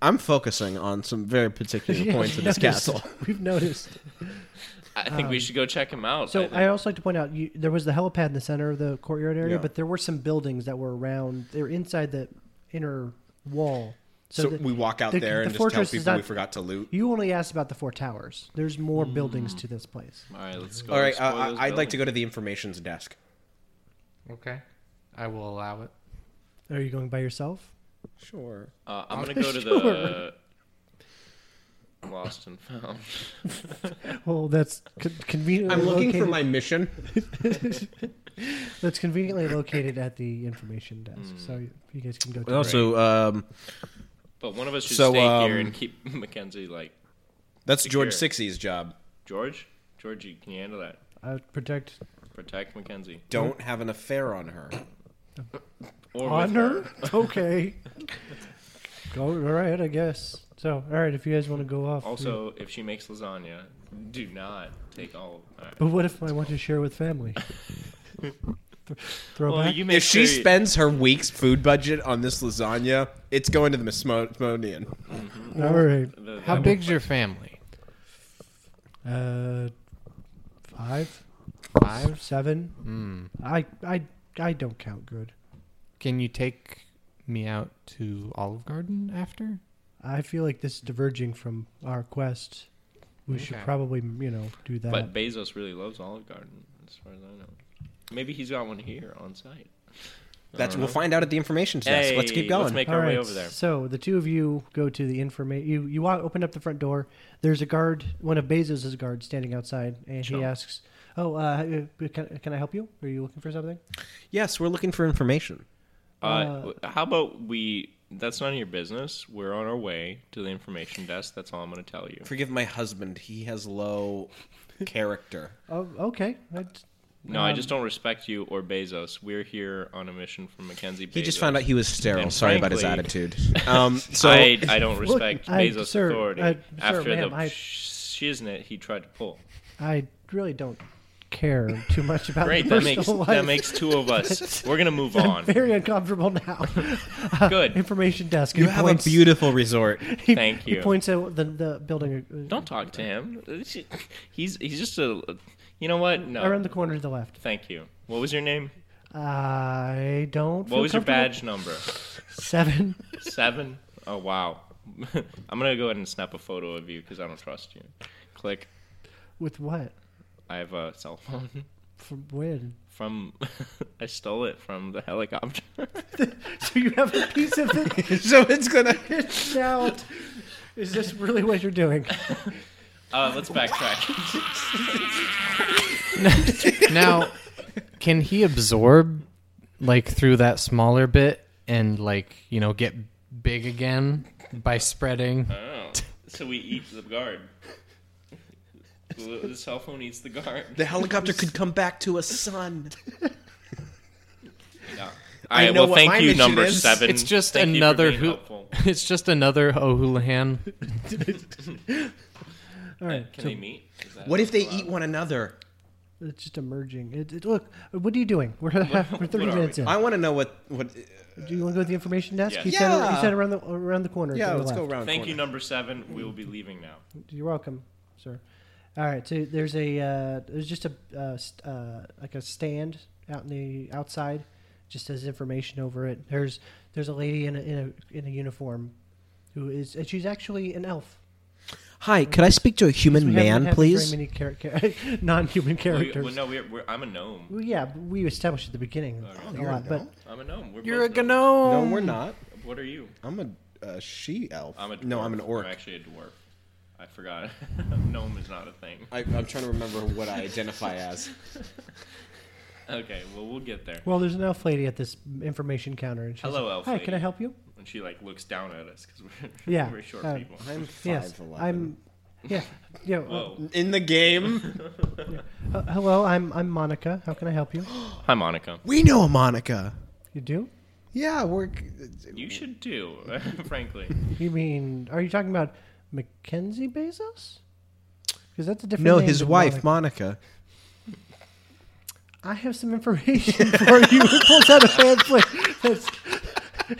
Speaker 5: I'm focusing on some very particular
Speaker 2: [laughs] Yeah,
Speaker 5: points in
Speaker 2: we've
Speaker 5: this
Speaker 2: noticed.
Speaker 5: castle.
Speaker 2: We've noticed.
Speaker 4: I think we should go check him out.
Speaker 2: um, So
Speaker 4: think-
Speaker 2: I also like to point out you, there was the helipad in the center of the courtyard area,
Speaker 5: Yeah.
Speaker 2: but there were some buildings that were around. They were inside the inner wall.
Speaker 5: So,
Speaker 2: the-
Speaker 5: we walk out
Speaker 2: the-
Speaker 5: there
Speaker 2: the
Speaker 5: and just tell
Speaker 2: fortress is
Speaker 5: people we
Speaker 2: not-
Speaker 5: forgot to loot.
Speaker 2: You only asked about the four towers. There's more buildings to this place.
Speaker 4: all right, let's go.
Speaker 5: All right,
Speaker 4: explore
Speaker 5: uh,
Speaker 4: those
Speaker 5: I'd like to
Speaker 4: buildings.
Speaker 5: go to the information's desk.
Speaker 3: Okay, I will allow it.
Speaker 2: Are you going by yourself?
Speaker 5: Sure.
Speaker 4: Uh, I'm gonna
Speaker 2: [laughs]
Speaker 4: go to the lost and found.
Speaker 2: Well, that's con- conveniently.
Speaker 5: I'm looking for
Speaker 2: located-
Speaker 5: my mission.
Speaker 2: That's conveniently located at the information desk, so you guys can go. To
Speaker 5: Also, um,
Speaker 4: But one of us should
Speaker 5: So,
Speaker 4: stay here
Speaker 5: um,
Speaker 4: and keep [laughs] Mackenzie like
Speaker 5: that's
Speaker 4: Secure.
Speaker 5: George Sixey's job.
Speaker 4: George. George, you can you handle that.
Speaker 2: I would protect
Speaker 4: Protect Mackenzie.
Speaker 5: Don't have an affair on her.
Speaker 4: Or with
Speaker 2: on her. [laughs]
Speaker 5: [laughs]
Speaker 2: okay. Go, all right, I guess. So, all right, if you guys want to go off.
Speaker 4: Also, if she makes lasagna, do not take all. all right.
Speaker 2: But what if I want to share with family? Th- Throw back.
Speaker 4: you
Speaker 5: If she
Speaker 4: you-
Speaker 5: spends her week's food budget on this lasagna, it's going to the Smonian.
Speaker 2: All right.
Speaker 4: the-
Speaker 3: How
Speaker 4: the-
Speaker 3: big's your family?
Speaker 2: Uh, five,
Speaker 3: Five.
Speaker 2: seven.
Speaker 3: Hmm.
Speaker 2: I, I, I don't count good.
Speaker 3: Can you take me out to Olive Garden after? [laughs]
Speaker 2: I feel like this is diverging from our quest. We should
Speaker 3: Okay.
Speaker 2: probably, you know, do that.
Speaker 4: But Bezos really loves Olive Garden, as far as I know. Maybe he's got one here on site.
Speaker 5: That's
Speaker 4: don't
Speaker 5: we'll
Speaker 4: know.
Speaker 5: find out at the information desk. let's keep
Speaker 4: Hey,
Speaker 5: going.
Speaker 4: Let's make
Speaker 2: All
Speaker 4: our way
Speaker 2: right,
Speaker 4: over there.
Speaker 2: So the two of you go to the information. You you walk, open up the front door. There's a guard, one of Bezos' guards, standing outside, and he
Speaker 4: Sure.
Speaker 2: asks, "Oh, uh, can, can I help you? Are you looking for something?"
Speaker 5: yes, we're looking for information.
Speaker 4: Uh, how about we? That's none of your business. We're on our way to the information desk. That's all I'm going to tell you.
Speaker 5: Forgive my husband. He has low character.
Speaker 2: Oh, okay. That's-
Speaker 4: No, I
Speaker 2: Um,
Speaker 4: just don't respect you or Bezos. We're here on a mission from Mackenzie. Bezos.
Speaker 5: [laughs] He just found out he was sterile.
Speaker 4: And
Speaker 5: Sorry about his
Speaker 4: frankly-
Speaker 5: attitude.
Speaker 4: [laughs]
Speaker 5: Um, so [laughs]
Speaker 4: I, I don't respect
Speaker 2: I-
Speaker 4: Bezos'
Speaker 2: sir,
Speaker 4: authority.
Speaker 2: I- sir,
Speaker 4: After
Speaker 2: ma'am,
Speaker 4: the
Speaker 2: I-
Speaker 4: shiznit he tried to pull.
Speaker 2: I really don't care too much about
Speaker 4: Great,
Speaker 2: the
Speaker 4: that makes
Speaker 2: personal
Speaker 4: that
Speaker 2: life.
Speaker 4: makes two
Speaker 2: [laughs]
Speaker 4: of us. We're gonna move
Speaker 2: I'm [laughs]
Speaker 4: on.
Speaker 2: very uncomfortable now.
Speaker 4: [laughs] Good.
Speaker 2: Information desk.
Speaker 5: you
Speaker 2: He
Speaker 5: have
Speaker 2: points-
Speaker 5: a beautiful resort.
Speaker 2: he-
Speaker 4: Thank
Speaker 2: He
Speaker 4: you.
Speaker 2: points at the, the building. uh,
Speaker 4: Don't talk to him. He's he's just a. You know what? No.
Speaker 2: Around the corner to the left.
Speaker 4: Thank you. What was your name?
Speaker 2: I don't.
Speaker 4: What
Speaker 2: feel
Speaker 4: was your
Speaker 2: comfortable-
Speaker 4: badge number?
Speaker 2: Seven. [laughs]
Speaker 4: Seven. Oh wow. [laughs] I'm gonna go ahead and snap a photo of you because I don't trust you. Click.
Speaker 2: With what?
Speaker 4: I have a cell phone [laughs]
Speaker 2: From when? [laughs]
Speaker 4: from. [laughs] I stole it from the helicopter.
Speaker 2: So you have a piece of
Speaker 4: [laughs]
Speaker 5: [laughs]
Speaker 2: it
Speaker 5: so it's gonna.
Speaker 2: now. Is this really what you're doing?
Speaker 4: Uh, let's backtrack.
Speaker 3: Now, can he absorb like through that smaller bit and like you know get big again by spreading?
Speaker 4: [laughs]
Speaker 3: [laughs]
Speaker 4: Oh. So we eat the guard. The the cell phone eats the guard.
Speaker 5: [laughs] The helicopter could come back to a sun.
Speaker 4: Yeah. All right,
Speaker 5: I know
Speaker 4: well,
Speaker 5: what my
Speaker 4: thank you,
Speaker 5: mission
Speaker 4: number
Speaker 5: is.
Speaker 4: seven.
Speaker 3: It's just
Speaker 4: Thank you for
Speaker 3: another
Speaker 4: being
Speaker 3: who.
Speaker 4: helpful.
Speaker 3: It's just another O'Houlihan.
Speaker 2: All right.
Speaker 4: Can they meet? Is that
Speaker 5: What if they
Speaker 4: allowed?
Speaker 5: eat one another?
Speaker 2: It's just emerging. It, it, look, what are you doing? We're, [laughs] we're 30
Speaker 4: what are
Speaker 2: minutes in.
Speaker 5: I want to know what what.
Speaker 2: Do you want to go to the information desk?
Speaker 4: Yes.
Speaker 2: He, said, he
Speaker 5: Yeah.
Speaker 2: said around the around the corner.
Speaker 5: Yeah,
Speaker 2: to the
Speaker 5: let's go
Speaker 2: left.
Speaker 5: around.
Speaker 4: Thank
Speaker 5: corner.
Speaker 4: you, number seven. We will be leaving now.
Speaker 2: You're welcome, sir. All right, so there's a uh, there's just a uh, st- uh, like a stand out in the outside, just says information over it. There's there's a lady in a in a, in a uniform, who is and she's actually an elf.
Speaker 5: Hi, could I speak to a human
Speaker 2: We haven't
Speaker 5: man,
Speaker 2: had
Speaker 5: please?
Speaker 2: Very many char- char- [laughs] non-human
Speaker 4: We,
Speaker 2: characters.
Speaker 4: well, no, we're, we're, I'm a gnome.
Speaker 2: Well, yeah, but we established at the beginning a
Speaker 4: Oh,
Speaker 2: lot, but
Speaker 4: I'm a gnome. We're
Speaker 3: You're a
Speaker 4: both gnomes.
Speaker 5: No,
Speaker 3: gnome.
Speaker 5: we're not.
Speaker 4: What are you?
Speaker 5: I'm a uh, she elf.
Speaker 4: I'm a dwarf.
Speaker 5: no, I'm an
Speaker 4: You're
Speaker 5: orc.
Speaker 4: actually a dwarf. I forgot. [laughs] gnome is not a thing.
Speaker 5: I, I'm trying to remember what I identify as.
Speaker 4: Okay, well we'll get there.
Speaker 2: well, there's an elf lady at this information counter, and she's
Speaker 4: Hello,
Speaker 2: like,
Speaker 4: elf
Speaker 2: Hi,
Speaker 4: lady."
Speaker 2: can I help you?
Speaker 4: And she like looks down at us because we're [laughs]
Speaker 2: Yeah,
Speaker 4: we're short
Speaker 2: uh,
Speaker 4: people.
Speaker 5: I'm five
Speaker 2: yes, I'm. Yeah, yeah. well,
Speaker 4: Whoa.
Speaker 5: in the game.
Speaker 2: uh, hello, I'm I'm Monica. How can I help you?
Speaker 4: Hi, Monica.
Speaker 5: we know a Monica.
Speaker 2: You do?
Speaker 5: Yeah, we're.
Speaker 4: You should do, [laughs] frankly.
Speaker 2: You mean, are you talking about Mackenzie Bezos? Because that's a different.
Speaker 5: No,
Speaker 2: name
Speaker 5: his
Speaker 2: than
Speaker 5: wife,
Speaker 2: Monica.
Speaker 5: Monica.
Speaker 2: I have some information [laughs] for you. He Pulls out a pamphlet. That's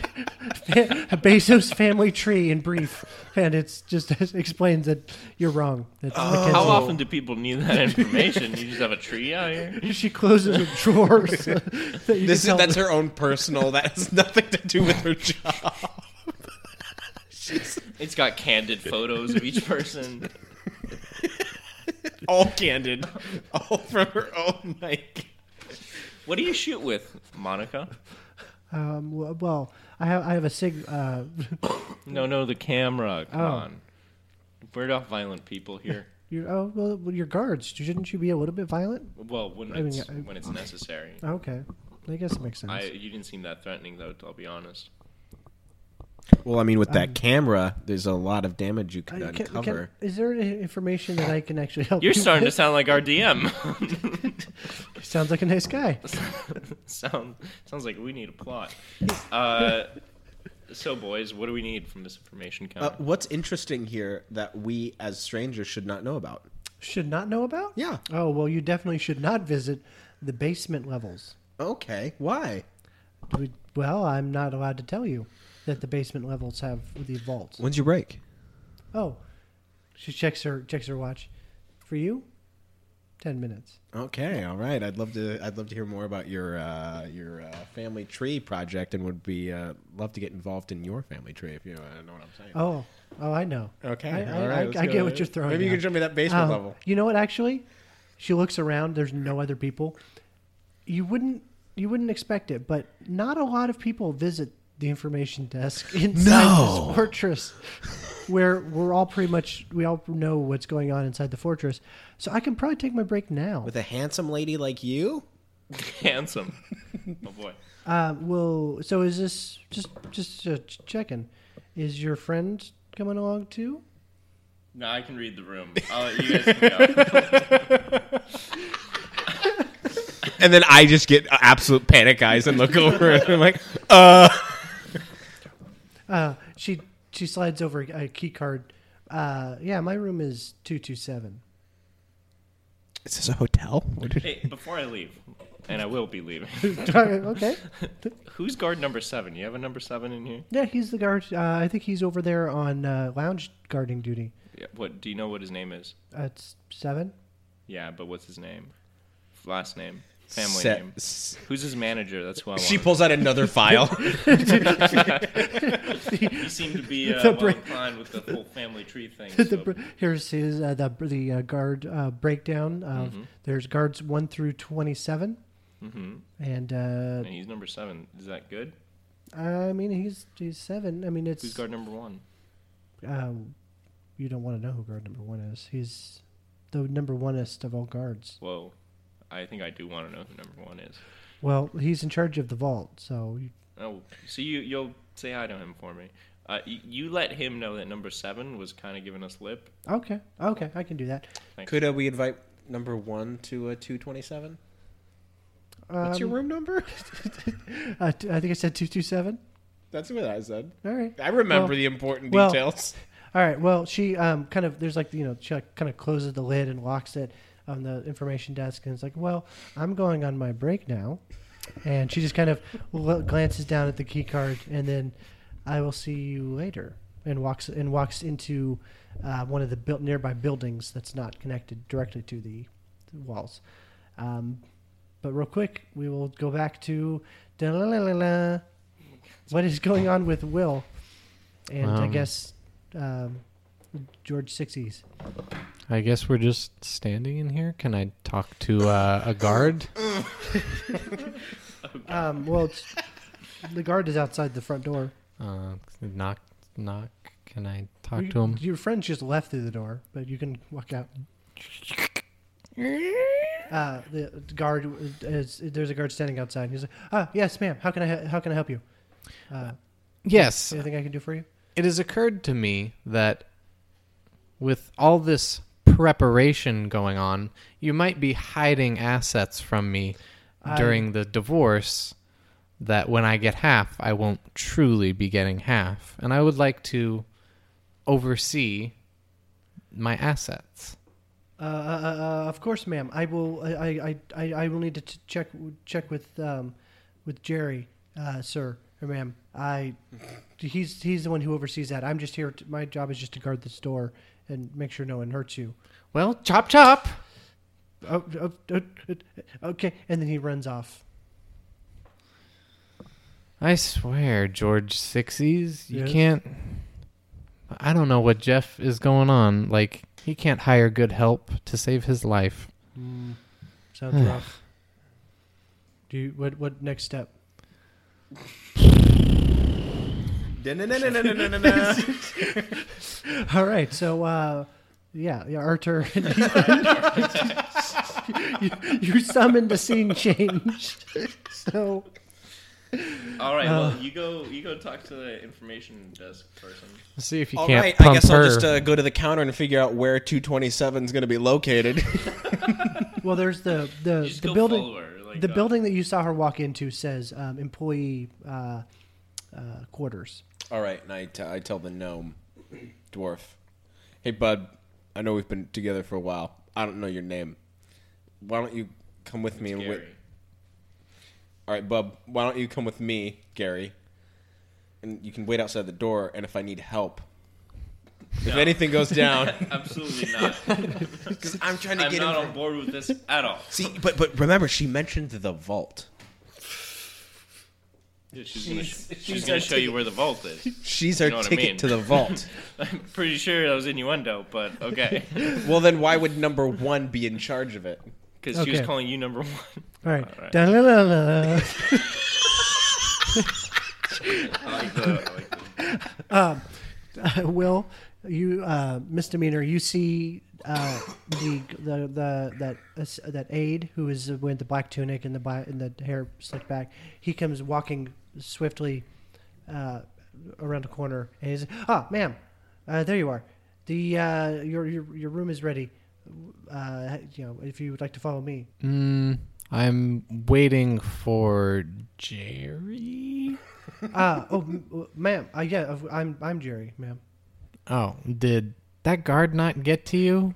Speaker 2: [laughs] a Bezos family tree in brief, and it's just [laughs] it explains that you're wrong. That's
Speaker 5: Oh.
Speaker 2: Mackenzie.
Speaker 4: How often do people need that information? You just have a tree out here.
Speaker 2: [laughs] She closes her
Speaker 5: [laughs]
Speaker 2: drawers. [laughs] that
Speaker 5: This
Speaker 2: you can
Speaker 5: is,
Speaker 2: tell
Speaker 5: that's her own personal. That has [laughs] nothing to do with her job.
Speaker 4: It's got candid photos of each person.
Speaker 5: [laughs] All candid, all from her own like.
Speaker 4: What do you shoot with, Monica?
Speaker 2: Um, w- well, I have I have a sig. Uh,
Speaker 4: No, no, the camera. Come
Speaker 2: Oh.
Speaker 4: on. We're not violent people here.
Speaker 2: your, oh well, your guards. Shouldn't you be a little bit violent?
Speaker 4: Well, when
Speaker 2: I mean,
Speaker 4: it's,
Speaker 2: I-
Speaker 4: when it's necessary.
Speaker 2: Okay, I guess it makes sense.
Speaker 4: I, you didn't seem that threatening, though. I'll be honest.
Speaker 5: Well, I mean, with that camera, there's a lot of damage you
Speaker 2: Uh,
Speaker 5: could
Speaker 2: can- can-
Speaker 5: uncover.
Speaker 2: is there any information that I can actually
Speaker 5: [laughs]
Speaker 2: help?
Speaker 4: You're
Speaker 2: you
Speaker 4: starting to
Speaker 2: with?
Speaker 4: sound like our DM.
Speaker 2: [laughs] Sounds like a nice guy.
Speaker 4: [laughs] Sound, sounds like we need a plot. Uh, so, boys, what do we need from this information
Speaker 5: Uh,
Speaker 4: counter?
Speaker 5: what's interesting here that we as strangers should not know about?
Speaker 2: Should not know about.
Speaker 5: Yeah.
Speaker 2: Oh well, you definitely should not visit the basement levels.
Speaker 5: Okay, why?
Speaker 2: We- Well, I'm not allowed to tell you that the basement levels have the vaults.
Speaker 5: When's your break?
Speaker 2: Oh, she checks her checks her watch. For you, ten minutes.
Speaker 5: Okay, all right. I'd love to. I'd love to hear more about your uh, your uh, family tree project, and would be uh, love to get involved in your family tree if you uh, know what I'm saying.
Speaker 2: Oh, oh, I know.
Speaker 5: Okay,
Speaker 2: I, I,
Speaker 5: all
Speaker 2: I-
Speaker 5: right. let's
Speaker 2: I
Speaker 5: go.
Speaker 2: get what you're throwing.
Speaker 5: Maybe you
Speaker 2: out.
Speaker 5: can show me that basement
Speaker 2: Um,
Speaker 5: level.
Speaker 2: You know what? Actually, she looks around. There's no other people. You wouldn't you wouldn't expect it, but not a lot of people visit the information desk [laughs] inside
Speaker 5: No.
Speaker 2: this fortress, where we're all pretty much we all know what's going on inside the fortress. So I can probably take my break now.
Speaker 5: With a handsome lady like you,
Speaker 4: [laughs] Handsome. Oh, boy.
Speaker 2: Uh, well, so is this just just uh, ch- checking? Is your friend coming along too?
Speaker 4: No, I can read the room. I'll let you guys [laughs] can go.
Speaker 5: and then I just get absolute panic eyes and look over, and I'm like, uh.
Speaker 2: Uh, she she slides over a key card. Uh, yeah, my room is two two seven. [laughs]
Speaker 5: Is this a hotel?
Speaker 4: Hey, before I leave, and I will be leaving,
Speaker 2: okay.
Speaker 4: [laughs] who's guard number seven? You have a number seven in here?
Speaker 2: Yeah, he's the guard. Uh, I think he's over there on uh, lounge guarding duty.
Speaker 4: Yeah, what Do you know what his name is?
Speaker 2: Uh, it's seven. [laughs]
Speaker 4: Yeah, but what's his name? Last name. Family
Speaker 5: Set-
Speaker 4: name.
Speaker 5: s-
Speaker 4: Who's his manager? That's who I want.
Speaker 5: She pulls out another file.
Speaker 4: you seem to
Speaker 2: [laughs]
Speaker 4: be
Speaker 2: The
Speaker 4: uh, well
Speaker 2: bra-
Speaker 4: inclined with the whole
Speaker 2: [laughs]
Speaker 4: family tree thing.
Speaker 2: The
Speaker 4: so-
Speaker 2: br- here's his uh, the the uh, guard uh, breakdown of
Speaker 4: Mm-hmm.
Speaker 2: there's guards one through twenty and
Speaker 4: and
Speaker 2: uh,
Speaker 4: he's number seven. Is that good?
Speaker 2: I mean he's he's seven. I mean it's
Speaker 4: Who's guard number one?
Speaker 2: um, you don't want to know who guard number one is. He's the number oneest of all guards.
Speaker 4: Whoa. I think I do want to know who number one is.
Speaker 2: Well, he's in charge of the vault, so you,
Speaker 4: Oh, so you you'll say hi to him for me. Uh, you, you let him know that number seven was kind of giving us lip.
Speaker 2: okay, okay, I can do that.
Speaker 5: Could uh, we invite number one to uh, 227? What's your
Speaker 2: Um,
Speaker 5: room number?
Speaker 2: uh, t- I think I said two two seven.
Speaker 5: That's what I said.
Speaker 2: All right.
Speaker 5: I remember
Speaker 2: Well-
Speaker 5: the important
Speaker 2: well-
Speaker 5: details.
Speaker 2: All right. Well, she um, kind of there's like you know she like, kind of closes the lid and locks it. Uh, on the information desk and is like, "Well, I'm going on my break now," and she just kind of lo- glances down at the key card and then, "I will see you later," and walks and walks into uh, one of the built nearby buildings that's not connected directly to the walls. Um, but real quick, we will go back to da-la-la-la-la. what is going on with Will, and I
Speaker 3: Um,
Speaker 2: guess um, George Sixties.
Speaker 3: I guess we're just standing in here. Can I talk to uh, a guard?
Speaker 2: Um, well, it's, the guard is outside the front door.
Speaker 3: Uh, knock, knock. Can I talk
Speaker 2: You-
Speaker 3: to him?
Speaker 2: Your friends just left through the door, but you can walk out. Uh, the guard is there's a guard standing outside. He's like, "Ah, yes, ma'am. How can I how can I help you? Uh,
Speaker 3: Yes.
Speaker 2: anything I can do for you?
Speaker 3: It has occurred to me that with all this preparation going on, you might be hiding assets from me
Speaker 2: I-
Speaker 3: during the divorce that when I get half, I won't truly be getting half. And I would like to oversee my assets.
Speaker 2: Uh, uh, uh, uh, of course, ma'am. I will. I I, I, I will need to t- check check with um, with Jerry, uh, sir or ma'am. I he's he's the one who oversees that. I'm just here. To, my job is just to guard this door and make sure no one hurts you.
Speaker 3: Well, chop chop.
Speaker 2: Oh, oh, oh, oh, okay. And then he runs off.
Speaker 3: I swear, George Sixies, you
Speaker 2: Yes?
Speaker 3: can't. I don't know what Jeff is going on. Like, he can't hire good help to save his life.
Speaker 2: Sounds rough. Do you, what? What next step? All right. So, uh, yeah, yeah, Arthur. [laughs] you, you summoned a scene change. So,
Speaker 4: All right,
Speaker 2: Uh,
Speaker 4: well, you go. You go talk to the information desk person.
Speaker 3: Let's see if you
Speaker 5: All
Speaker 3: can't
Speaker 5: right, I
Speaker 3: pump
Speaker 5: guess
Speaker 3: her.
Speaker 5: I'll just uh, go to the counter and figure out where 227 is going to be located.
Speaker 2: well, there's the
Speaker 4: You
Speaker 2: the,
Speaker 4: just
Speaker 2: the
Speaker 4: go
Speaker 2: building.
Speaker 4: follow her, like,
Speaker 2: the
Speaker 4: uh,
Speaker 2: building that you saw her walk into says um, employee uh, uh, quarters.
Speaker 5: All right, and I, t- I tell the gnome dwarf, "Hey, bud, I know we've been together for a while. I don't know your name. Why don't you come with me and wait?
Speaker 4: Gary.
Speaker 5: All right, bub, why don't you come with me, Gary? And you can wait outside the door. And if I need help, if anything goes down,
Speaker 4: [laughs] Absolutely not.
Speaker 5: because I'm trying to
Speaker 4: I'm
Speaker 5: get
Speaker 4: not
Speaker 5: in.
Speaker 4: on board with this at all.
Speaker 5: [laughs] See, but but remember, she mentioned the vault.
Speaker 4: she's, gonna,
Speaker 2: [laughs]
Speaker 4: she's gonna show you where the vault is.
Speaker 5: She's our
Speaker 4: know what I
Speaker 5: ticket
Speaker 4: mean.
Speaker 5: to the vault.
Speaker 4: I'm pretty sure that was innuendo, but
Speaker 2: [laughs]
Speaker 4: okay.
Speaker 5: well, then why would number one be in charge of it?
Speaker 4: Because she was
Speaker 2: Okay.
Speaker 4: calling you number one.
Speaker 2: All right.
Speaker 4: All right.
Speaker 2: Da-la-la-la.
Speaker 4: I like the, I like the
Speaker 2: Uh, Will, you uh, misdemeanor. You see uh, the, the the that that aide who is wearing the black tunic and the bi- and the hair slicked back. He comes walking swiftly uh, around a corner and he's ah ma'am, uh, there you are. The uh, your, your your room is ready. Uh, you know if you would like to follow me.
Speaker 3: Mm, I'm waiting for Jerry.
Speaker 2: Uh, oh m- ma'am, uh, yeah of- I'm I'm Jerry ma'am.
Speaker 3: Oh, did that guard not get to [sighs] you?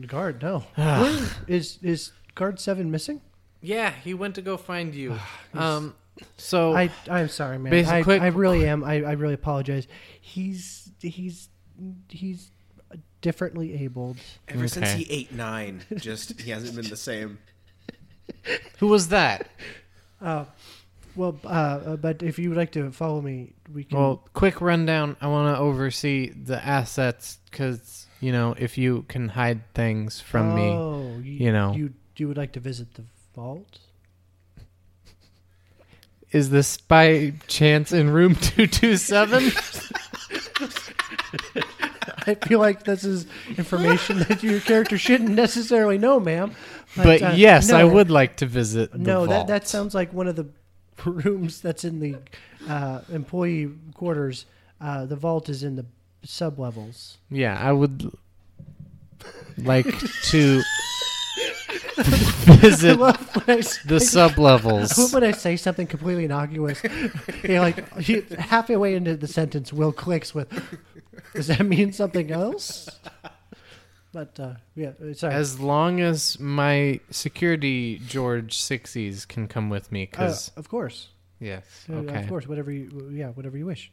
Speaker 2: Guard no.
Speaker 3: Ah.
Speaker 2: is is guard seven missing?
Speaker 3: Yeah, he went to go find [sighs] you. um, so
Speaker 2: I I'm sorry, man.
Speaker 3: Basi-
Speaker 2: I,
Speaker 3: quick-
Speaker 2: I really am. I, I really apologize. He's he's he's differently abled.
Speaker 5: Ever since
Speaker 3: Okay.
Speaker 5: he ate nine, just he hasn't been the same.
Speaker 3: who was that?
Speaker 2: Well, uh, uh, but if you would like to follow me, we can.
Speaker 3: [laughs] Well, quick rundown. I want to oversee the assets because you know if you can hide things from me,
Speaker 2: oh, you,
Speaker 3: you know.
Speaker 2: you you would like to visit the vault? [laughs]
Speaker 3: is this by chance in [laughs] room two two seven?
Speaker 2: I feel like this is
Speaker 3: [laughs]
Speaker 2: information that your character shouldn't necessarily know, ma'am.
Speaker 3: But
Speaker 2: uh,
Speaker 3: yes, I
Speaker 2: no.
Speaker 3: would like to visit. The
Speaker 2: No, that that
Speaker 3: vault.
Speaker 2: sounds like one of the rooms that's in the uh, employee quarters. Uh, the vault is in the sub levels.
Speaker 3: Yeah, I would l- like to visit
Speaker 2: love when I, s-
Speaker 3: the
Speaker 2: I love
Speaker 3: sublevels.
Speaker 2: when I say something completely innocuous. you know, like he, halfway into the sentence, Will clicks with, "Does that mean something else?" But uh, yeah, uh, sorry.
Speaker 3: As long as my security George Sixes can come with me,
Speaker 2: uh,
Speaker 3: because
Speaker 2: of course,
Speaker 3: yes,
Speaker 2: Uh,
Speaker 3: okay,
Speaker 2: of course, whatever you yeah, whatever you wish.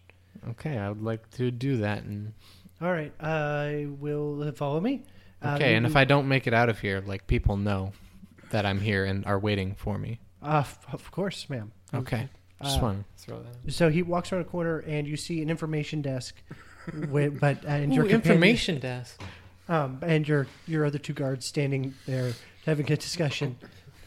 Speaker 3: okay, I would like to do that. And
Speaker 2: All right, I will follow me. Uh,
Speaker 3: okay,
Speaker 2: you-
Speaker 3: and if I don't make it out of here, like people know that I'm here and are waiting for me.
Speaker 2: uh, f- of course, ma'am.
Speaker 3: Okay, just
Speaker 2: Uh,
Speaker 3: want to throw that. Out.
Speaker 2: So he walks around a corner, and you see an information desk. [laughs] with, but uh, and your
Speaker 3: Ooh,
Speaker 2: companion-
Speaker 3: information desk.
Speaker 2: um, and your your other two guards standing there having a discussion.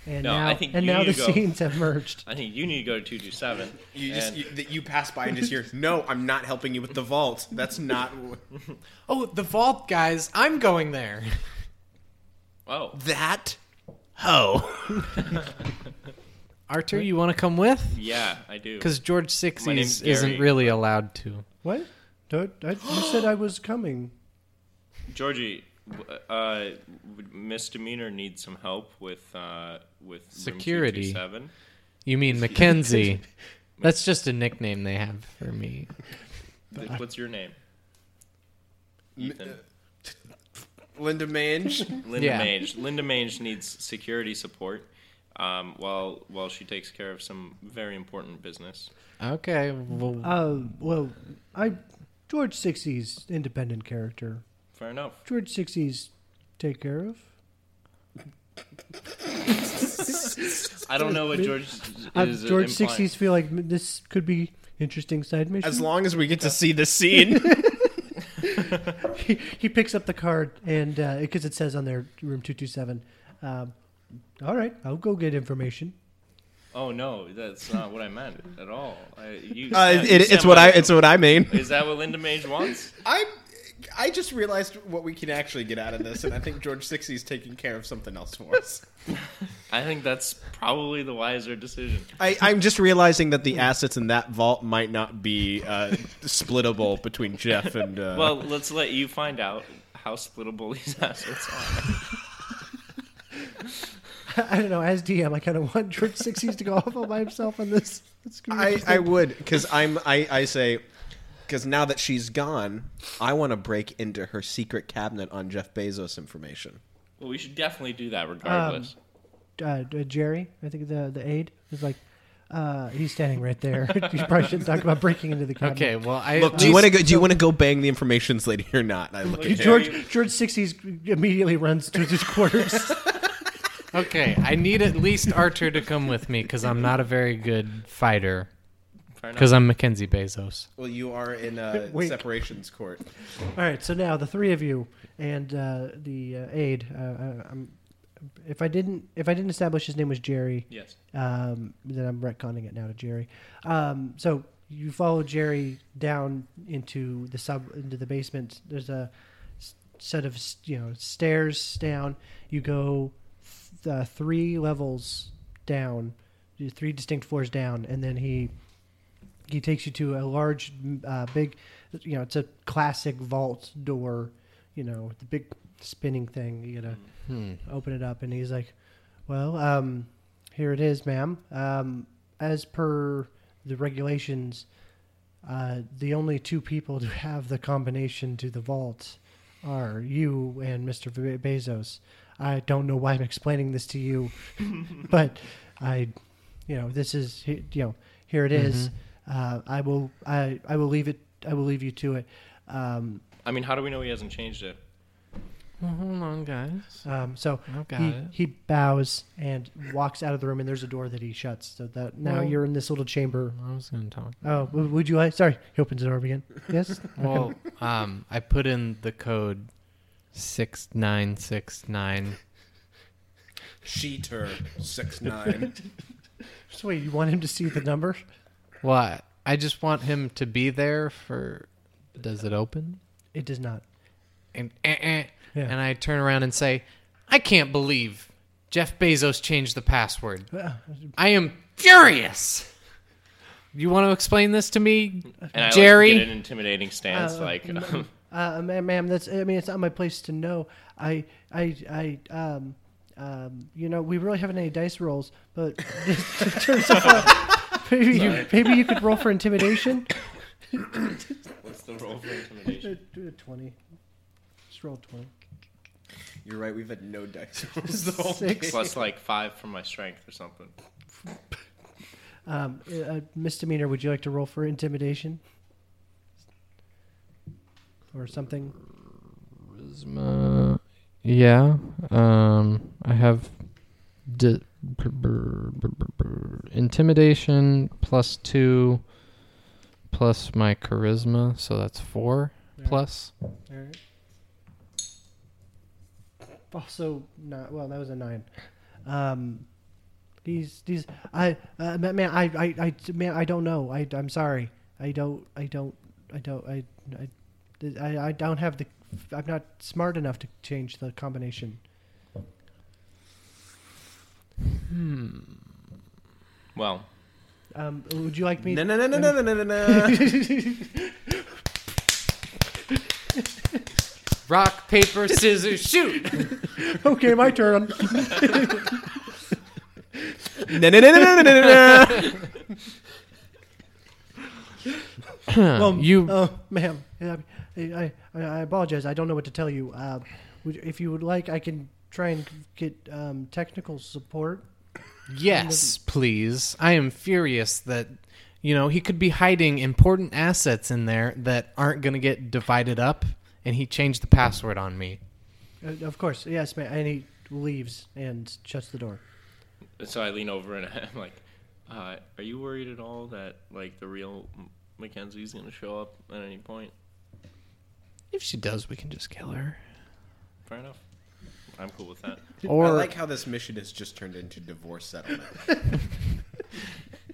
Speaker 2: And
Speaker 4: No,
Speaker 2: now,
Speaker 4: I think
Speaker 2: and
Speaker 4: you
Speaker 2: now the
Speaker 4: need to go.
Speaker 2: scenes have merged.
Speaker 4: [laughs] I think you need to go to two two seven.
Speaker 5: You just
Speaker 4: and-
Speaker 5: you, that you pass by and just hear, "No, I'm not helping you with the vault. That's not wh-
Speaker 3: Oh, the vault guys! I'm going there.
Speaker 4: oh
Speaker 5: that." Oh,
Speaker 3: Arthur, you want to come with?
Speaker 4: yeah, I do.
Speaker 3: Because George Sixes
Speaker 4: name's
Speaker 3: isn't
Speaker 4: Gary.
Speaker 3: really allowed to.
Speaker 2: What? Don't, I, you said I was coming.
Speaker 4: Georgie, w- uh, misdemeanor needs some help with uh, with
Speaker 3: Security.
Speaker 4: Seven.
Speaker 3: You
Speaker 5: [laughs]
Speaker 3: mean Mackenzie? That's just a nickname they have for me.
Speaker 4: What's your name? Ethan.
Speaker 5: Linda Mange.
Speaker 4: Linda
Speaker 3: Yeah.
Speaker 4: Mange. Linda Mange needs security support um, while while she takes care of some very important business.
Speaker 3: Okay. Well,
Speaker 2: Uh, well, I George Sixey's independent character.
Speaker 4: Fair enough.
Speaker 2: George Sixey's take care of.
Speaker 4: I don't know what George is
Speaker 2: Uh,
Speaker 4: implying.
Speaker 2: George Sixey's feel like m- this could be interesting side mission.
Speaker 5: As long as we get to see the [laughs] scene,
Speaker 2: [laughs] he, he picks up the card and because it says on there room two two seven. Um, all right, I'll go get information.
Speaker 4: Oh no, that's not what I meant at all. I, you,
Speaker 5: uh,
Speaker 4: you
Speaker 5: it,
Speaker 4: sound
Speaker 5: it's what I
Speaker 4: like-
Speaker 5: it's what I mean.
Speaker 4: [laughs] Is that what Linda Mange wants?
Speaker 5: I I just realized what we can actually get out of this, and I think George Sixey's taking care of something else for us.
Speaker 4: I think that's probably the wiser decision.
Speaker 5: I, I'm just realizing that the assets in that vault might not be uh, splittable between Jeff and. Uh,
Speaker 4: Well, let's let you find out how splittable [laughs] these assets are.
Speaker 2: [laughs] I don't know. As DM, I kind of want George Sixes to go off all by himself on this. It's gonna be
Speaker 5: I, I
Speaker 2: interesting.
Speaker 5: would because I'm I, I say because now that she's gone, I want to break into her secret cabinet on Jeff Bezos information.
Speaker 4: Well, we should definitely do that regardless.
Speaker 2: uh, d- Jerry, I think the the aide is like, uh, he's standing right [laughs] there. you probably shouldn't talk about breaking into the cabinet.
Speaker 3: okay. Well, I
Speaker 5: Look,
Speaker 3: at
Speaker 5: do you
Speaker 3: least-
Speaker 5: want to go? Do you want to go bang the information's lady or not? I look at
Speaker 4: Look, you-
Speaker 5: him.
Speaker 2: George George Sixes immediately runs to his quarters.
Speaker 3: Okay, I need at least Archer to come with me because I'm not a very good fighter.
Speaker 4: Fair enough.
Speaker 3: Because I'm Mackenzie Bezos.
Speaker 5: Well, you are in [laughs] uh,
Speaker 2: Wink.
Speaker 5: separations court.
Speaker 2: [laughs] All right, so now the three of you and uh, the uh, aide. Uh, uh, I'm, if I didn't if I didn't establish his name was Jerry,
Speaker 4: Yes.
Speaker 2: um, then I'm retconning it now to Jerry. Um, so you follow Jerry down into the sub into the basement. There's a s- set of s- you know stairs down. You go th- uh, three levels down, three distinct floors down, and then he he takes you to a large, m- uh, big, you know, it's a classic vault door. You know, the big spinning thing. You gotta open it up, and he's like, "Well, um, here it is, ma'am. Um, as per the regulations, uh, the only two people to have the combination to the vault are you and Mr. Be- Bezos. I don't know why I'm explaining this to
Speaker 3: [laughs]
Speaker 2: you, but I, you know, this is he- you know, here it is.
Speaker 3: Mm-hmm.
Speaker 2: Uh, I will, I, I will leave it. I will leave you to it. Um,
Speaker 4: I mean, how do we know he hasn't changed it?
Speaker 3: Well, hold on, guys.
Speaker 2: um, so
Speaker 3: I got
Speaker 2: he,
Speaker 3: it.
Speaker 2: he bows and walks out of the room, and there's a door that he shuts. So that now
Speaker 3: Well-
Speaker 2: you're in this little chamber.
Speaker 3: I was going to talk.
Speaker 2: Oh, w- would you like? Sorry, he opens the door again. Yes. [laughs]
Speaker 3: Well, um, I put in the code six nine six nine.
Speaker 5: Sheet her six [laughs] nine.
Speaker 2: So wait, you want him to see the number?
Speaker 3: Well, I, I just want him to be there for. Does it open?
Speaker 2: It does not.
Speaker 3: And eh, eh.
Speaker 2: Yeah.
Speaker 3: and I turn around and say, I can't believe Jeff Bezos changed the password.
Speaker 2: Uh,
Speaker 3: I am furious. You want to explain this to me,
Speaker 4: And I
Speaker 3: Jerry?
Speaker 4: like to get an intimidating stance,
Speaker 2: Oh.
Speaker 4: like um,
Speaker 2: Uh, ma'am, ma'am, that's. I mean, it's not my place to know. I, I, I, um, um, you know, we really haven't any dice rolls, but [laughs] it turns out maybe you, maybe you could roll for [laughs] intimidation.
Speaker 4: what's the role for intimidation?
Speaker 2: Do a twenty. Just roll twenty.
Speaker 5: You're right. We've had no [laughs] dice rolls the whole
Speaker 2: Oh. Six.
Speaker 5: game.
Speaker 4: Plus like five from my strength or something.
Speaker 2: Um, a misdemeanor. Would you like to roll for intimidation or something?
Speaker 3: Charisma. Yeah. Um, I have di- br- br- br- br- br- intimidation plus two, plus my charisma, so that's four
Speaker 2: Yeah.
Speaker 3: plus.
Speaker 2: All right. Also, not well. That was a nine. Um, these, these, I, uh, ma- man, I, I, I, man, I don't know. I, I'm sorry. I don't, I don't, I don't, I, I, I, I don't have the. I'm not smart enough to change the combination.
Speaker 4: Well,
Speaker 2: Um, would you like me?
Speaker 5: No, no, no, no, no, no, no, [laughs] no.
Speaker 3: Rock, paper, scissors, shoot!
Speaker 2: [laughs] okay, my turn.
Speaker 5: No, no, no, no, no, no, no, no.
Speaker 2: Um,
Speaker 3: you
Speaker 2: oh, ma'am, I, I, I I apologize. I don't know what to tell you. Uh, would, if you would like, I can try and get um, technical support.
Speaker 3: Yes, please. I am furious that you know he could be hiding important assets in there that aren't going to get divided up, and he changed the password on me.
Speaker 2: Uh, of course, yes, ma'am. And he leaves and shuts the door.
Speaker 4: so I lean over and [laughs] I'm like, uh, "Are you worried at all that like the real M- Mackenzie's gonna show up at any point?"
Speaker 3: If she does, we can just kill her.
Speaker 4: Fair enough. I'm cool with that.
Speaker 5: I
Speaker 3: Or
Speaker 5: like how this mission has just turned into divorce settlement.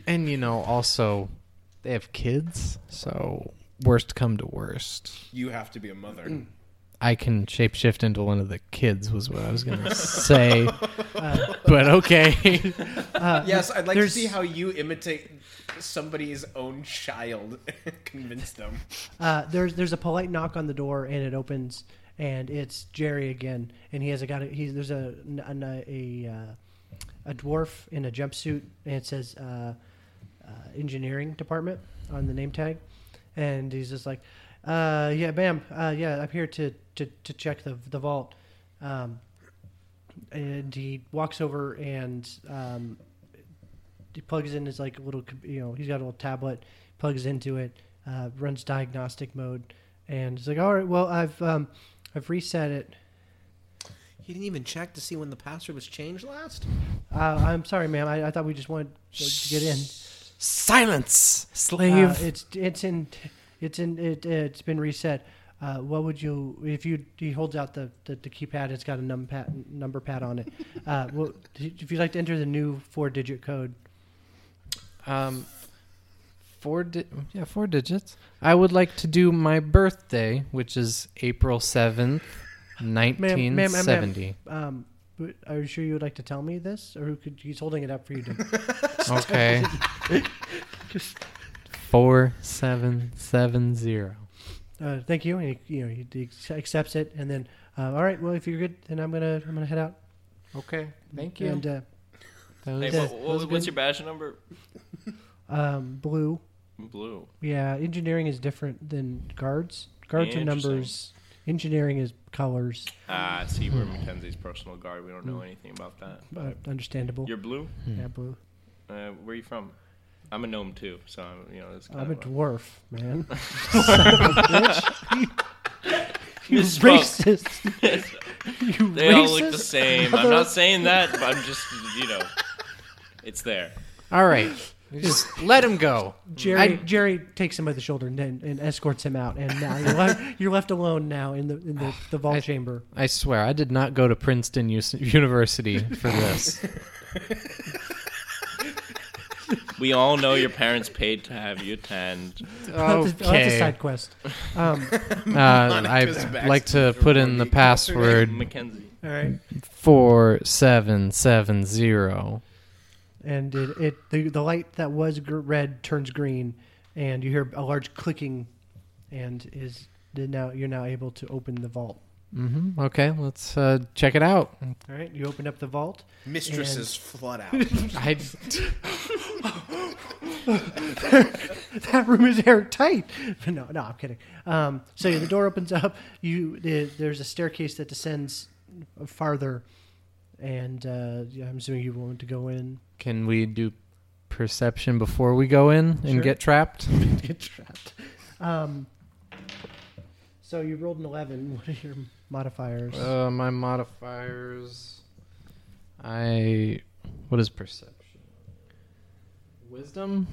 Speaker 3: and you know also they have kids, so worst come to worst,
Speaker 5: You have to be a [clears throat] mother.
Speaker 3: I can shapeshift into one of the kids was what I was going
Speaker 5: [laughs]
Speaker 3: to say.
Speaker 5: Uh,
Speaker 3: but okay. [laughs]
Speaker 5: yes, I'd like
Speaker 2: there's-
Speaker 5: to see how you imitate somebody's own child and [laughs] convince them.
Speaker 2: Uh, there's there's a polite knock on the door, and it opens, and it's Jerry again, and he has a got a, he's there's a an- a a, uh, a dwarf in a jumpsuit, and it says uh, uh, engineering department on the name tag, and he's just like, uh, yeah, bam, uh, yeah, I'm here to to, to check the the vault, um, and he walks over and um, he plugs in his like little com- you know he's got a little tablet plugs into it uh, runs diagnostic mode and he's like all right well i've um, i've reset it
Speaker 5: He didn't even check to see when the password was changed last.
Speaker 2: uh, i'm sorry ma'am I, I thought we just wanted to get in
Speaker 3: Silence, slave.
Speaker 2: uh, it's it's in it's in it, it's been reset uh, what would you if you he holds out the, the, the keypad it's got a num pad, number pad on it uh, well, if you'd like to enter the new four digit code
Speaker 3: Um, four di- yeah, four digits. I would like to do my birthday, which is April seventh,
Speaker 2: ma'am,
Speaker 3: nineteen
Speaker 2: ma'am, ma'am.
Speaker 3: seventy.
Speaker 2: um, w- are you sure you would like to tell me this or who could, he's holding it up for you to
Speaker 3: Okay. Four seven seven zero.
Speaker 2: uh, thank you, and he, you know he, he accepts it, and then uh, all right, well if you're good, then I'm gonna I'm gonna head out.
Speaker 3: Okay, thank
Speaker 2: And uh, Yeah,
Speaker 4: Hey, what, what-
Speaker 2: that was
Speaker 4: what's
Speaker 2: good.
Speaker 4: your badge number?
Speaker 2: um, blue,
Speaker 4: Blue.
Speaker 2: yeah, engineering is different than guards. Guards are
Speaker 4: Interesting.
Speaker 2: numbers. Engineering is colors.
Speaker 4: Ah, I see, we're Mackenzie's personal guard. We don't
Speaker 2: Hmm.
Speaker 4: know anything about that.
Speaker 2: Uh, understandable.
Speaker 4: You're blue.
Speaker 2: Yeah, blue.
Speaker 4: Uh, where are you from? I'm a gnome too, so I'm, you know, it's kind
Speaker 2: I'm a
Speaker 4: of
Speaker 2: dwarf,
Speaker 4: [laughs]
Speaker 2: man. [laughs]
Speaker 4: You
Speaker 2: you
Speaker 4: spoke.
Speaker 2: racist.
Speaker 4: [laughs]
Speaker 2: you
Speaker 4: They
Speaker 2: racist.
Speaker 4: all look the [laughs] same. I'm not saying that, but I'm just, you know, it's there.
Speaker 3: All right, just let him go.
Speaker 2: Jerry,
Speaker 3: I-
Speaker 2: Jerry takes him by the shoulder and, then and escorts him out, and now
Speaker 4: [laughs]
Speaker 2: you're left, you're left alone now in the in the, the vault chamber.
Speaker 3: I swear, I did not go to Princeton U- University for [laughs] this.
Speaker 4: We all know your parents paid to have you attend.
Speaker 2: Oh, that's, a, oh, that's a
Speaker 3: Okay,
Speaker 2: side quest. Um,
Speaker 3: uh,
Speaker 5: Monica's
Speaker 3: I'd
Speaker 5: back
Speaker 3: like to put in the password
Speaker 4: Mackenzie.
Speaker 2: all right.
Speaker 3: four seven seven zero.
Speaker 2: and it, it the, the light that was gr- red turns green and you hear a large clicking and is then now you're now able to open the vault
Speaker 3: Mm-hmm. Okay, let's uh, check it out.
Speaker 2: all right you open up the vault [laughs]
Speaker 5: Mistresses flood
Speaker 3: [laughs]
Speaker 5: out.
Speaker 3: I,
Speaker 2: that room is airtight [laughs] no no i'm kidding um, so the door opens up you the, there's a staircase that descends farther, and uh, yeah, I'm assuming you want to go in.
Speaker 3: Can we do perception before we go in and
Speaker 2: Sure.
Speaker 3: get trapped?
Speaker 2: Get trapped. Um, so you rolled an eleven. [laughs] What are your modifiers?
Speaker 3: Uh, my modifiers. I. What is perception? Wisdom?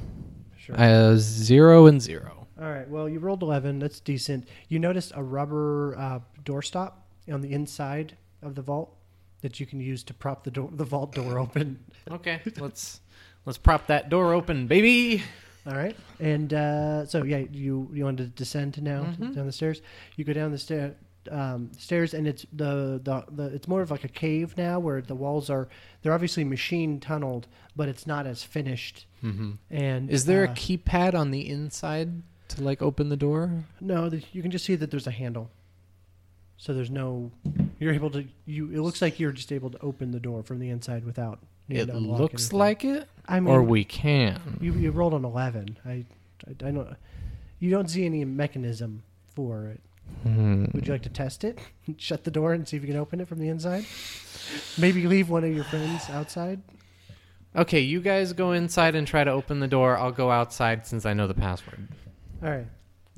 Speaker 2: sure.
Speaker 3: Uh, zero and zero.
Speaker 2: All right. Well, you rolled 11. That's decent. You noticed a rubber uh, doorstop on the inside of the vault that you can use to prop the door, the vault door
Speaker 3: [laughs]
Speaker 2: open.
Speaker 3: Okay, let's let's prop that door open, baby.
Speaker 2: All right. And uh, so, yeah, you you want to descend to now
Speaker 3: Mhm.
Speaker 2: down the stairs. You go down the stair, um, stairs, and it's the, the the it's more of like a cave now, where the walls are they're obviously machine tunneled, but it's not as finished.
Speaker 3: Mm-hmm.
Speaker 2: And
Speaker 3: Is there a
Speaker 2: uh,
Speaker 3: keypad on the inside to like open the door?
Speaker 2: No, th- you can just see that there's a handle. So there's no. You're able to. You. It looks like you're just able to open the door from the inside without. needing
Speaker 3: It
Speaker 2: to unlock
Speaker 3: looks
Speaker 2: anything.
Speaker 3: like it,
Speaker 2: I mean,
Speaker 3: or we can.
Speaker 2: you you rolled an eleven. I, I, I don't. You don't see any mechanism for it.
Speaker 3: Hmm.
Speaker 2: Would you like to test it? [laughs] Shut the door and see if you can open it from the inside. Maybe leave one of your friends outside.
Speaker 3: Okay, you guys go inside and try to open the door. I'll go outside since I know the password.
Speaker 2: All right.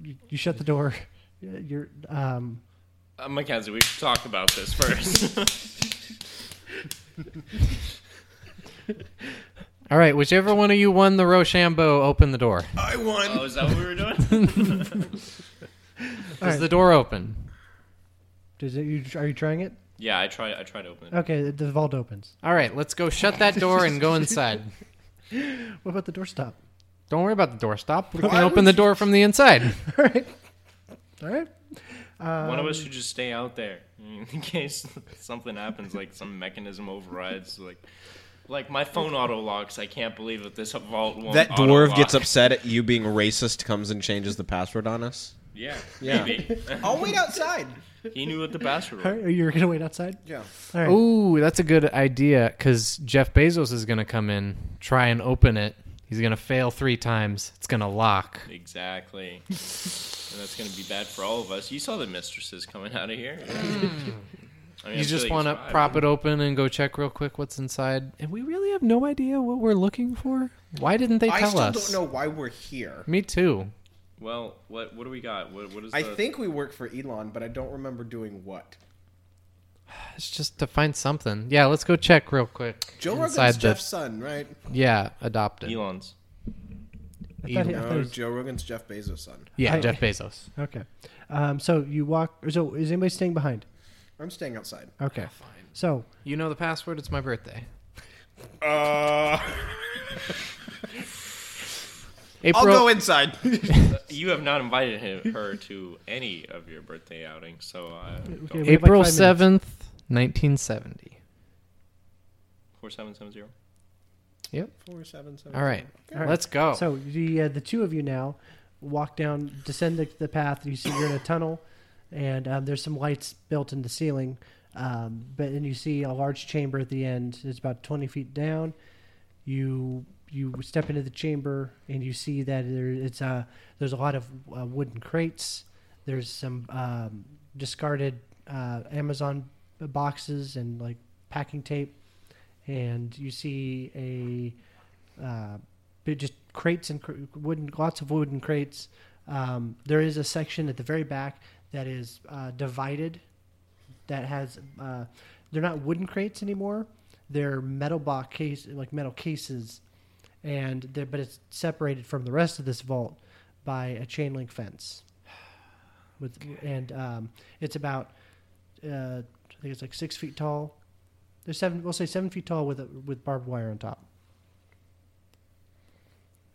Speaker 2: You, you shut the door. [laughs] You're um.
Speaker 4: Uh, Mackenzie, we should talk about this first.
Speaker 3: All right, whichever one of you won the Rochambeau, open the door.
Speaker 5: I won.
Speaker 4: [laughs] oh, is that what we were doing?
Speaker 2: All
Speaker 3: Is
Speaker 2: right.
Speaker 3: the door open?
Speaker 2: Does it, you, are you trying it?
Speaker 4: yeah, I tried. I tried to open it.
Speaker 2: Okay. The, the vault opens.
Speaker 3: All right, let's go shut that door and go [laughs] inside.
Speaker 2: What about the doorstop?
Speaker 3: Don't worry about the door stop. We can open the door from the [laughs] inside.
Speaker 2: All right. All right.
Speaker 4: One
Speaker 5: Um,
Speaker 4: of us should just stay out there I mean, in [laughs] case something happens, like some mechanism overrides, like like my phone auto locks. I can't believe that this vault won't.
Speaker 5: That dwarf
Speaker 4: auto-lock.
Speaker 5: gets upset at you being racist, comes and changes the password on us.
Speaker 4: Yeah,
Speaker 5: Yeah.
Speaker 4: maybe. [laughs]
Speaker 5: I'll wait outside.
Speaker 4: he knew what
Speaker 5: [laughs]
Speaker 4: the password
Speaker 2: All
Speaker 4: was.
Speaker 2: right. Are you going to wait outside?
Speaker 5: Yeah.
Speaker 2: All right.
Speaker 3: Ooh, that's a good idea because Jeff Bezos is going to come in, try and open it. He's going to fail three times. It's going to lock.
Speaker 4: Exactly, and that's gonna be bad for all of us. You saw the mistresses coming out of here. I mean, I
Speaker 3: You
Speaker 4: feel
Speaker 3: just
Speaker 4: like
Speaker 3: want to
Speaker 4: it's fine.
Speaker 3: prop it open and go check real quick what's inside. And we really have no idea what we're looking for. Why didn't they tell us?
Speaker 5: why we're here.
Speaker 3: Me too.
Speaker 4: Well, what what do we got? What what is?
Speaker 5: I
Speaker 4: the-
Speaker 5: think we work for Elon, but I don't remember doing what.
Speaker 3: It's just to find something. Yeah, let's go check real quick.
Speaker 5: Joe
Speaker 3: inside
Speaker 5: Rogan's
Speaker 3: the-
Speaker 5: Jeff's son,
Speaker 3: [laughs]
Speaker 5: right?
Speaker 3: Yeah, adopted.
Speaker 4: Elon's.
Speaker 2: I thought he- I thought he
Speaker 5: No,
Speaker 2: was-
Speaker 5: Joe Rogan's Jeff Bezos' son.
Speaker 3: Yeah,
Speaker 2: I-
Speaker 3: Jeff Bezos.
Speaker 2: okay. Um, so you walk. or So is anybody staying behind?
Speaker 5: I'm staying outside.
Speaker 2: Okay.
Speaker 3: Fine.
Speaker 2: So
Speaker 3: You know the password. It's my birthday.
Speaker 5: Uh,
Speaker 3: April.
Speaker 5: I'll go
Speaker 3: [laughs]
Speaker 5: inside.
Speaker 4: You have not invited him, her to any of your birthday outings, so uh,
Speaker 2: Okay, we have, like,
Speaker 3: April
Speaker 2: five minutes.
Speaker 3: seventh, nineteen seventy.
Speaker 4: four seven seven zero.
Speaker 3: Yep.
Speaker 5: Four seven seven.
Speaker 3: All right.
Speaker 2: All right.
Speaker 3: Let's go.
Speaker 2: So the uh, the two of you now walk down, descend the, the path. You see you're in a tunnel, and um, there's some lights built in the ceiling. Um, but and you see a large chamber at the end. It's about 20 feet down. You you step into the chamber and you see that there it's uh, there's a lot of uh, wooden crates. There's some um, discarded uh, Amazon boxes and like packing tape, and you see a uh, but just crates and cr- wooden, lots of wooden crates. Um, there is a section at the very back that is uh, divided. That has uh, they're not wooden crates anymore. They're metal box case, like metal cases, and they're- but it's separated from the rest of this vault by a chain link fence. [sighs] With and um, it's about uh, I think it's like six feet tall. They're seven. We'll say seven feet tall with a, with barbed wire on top.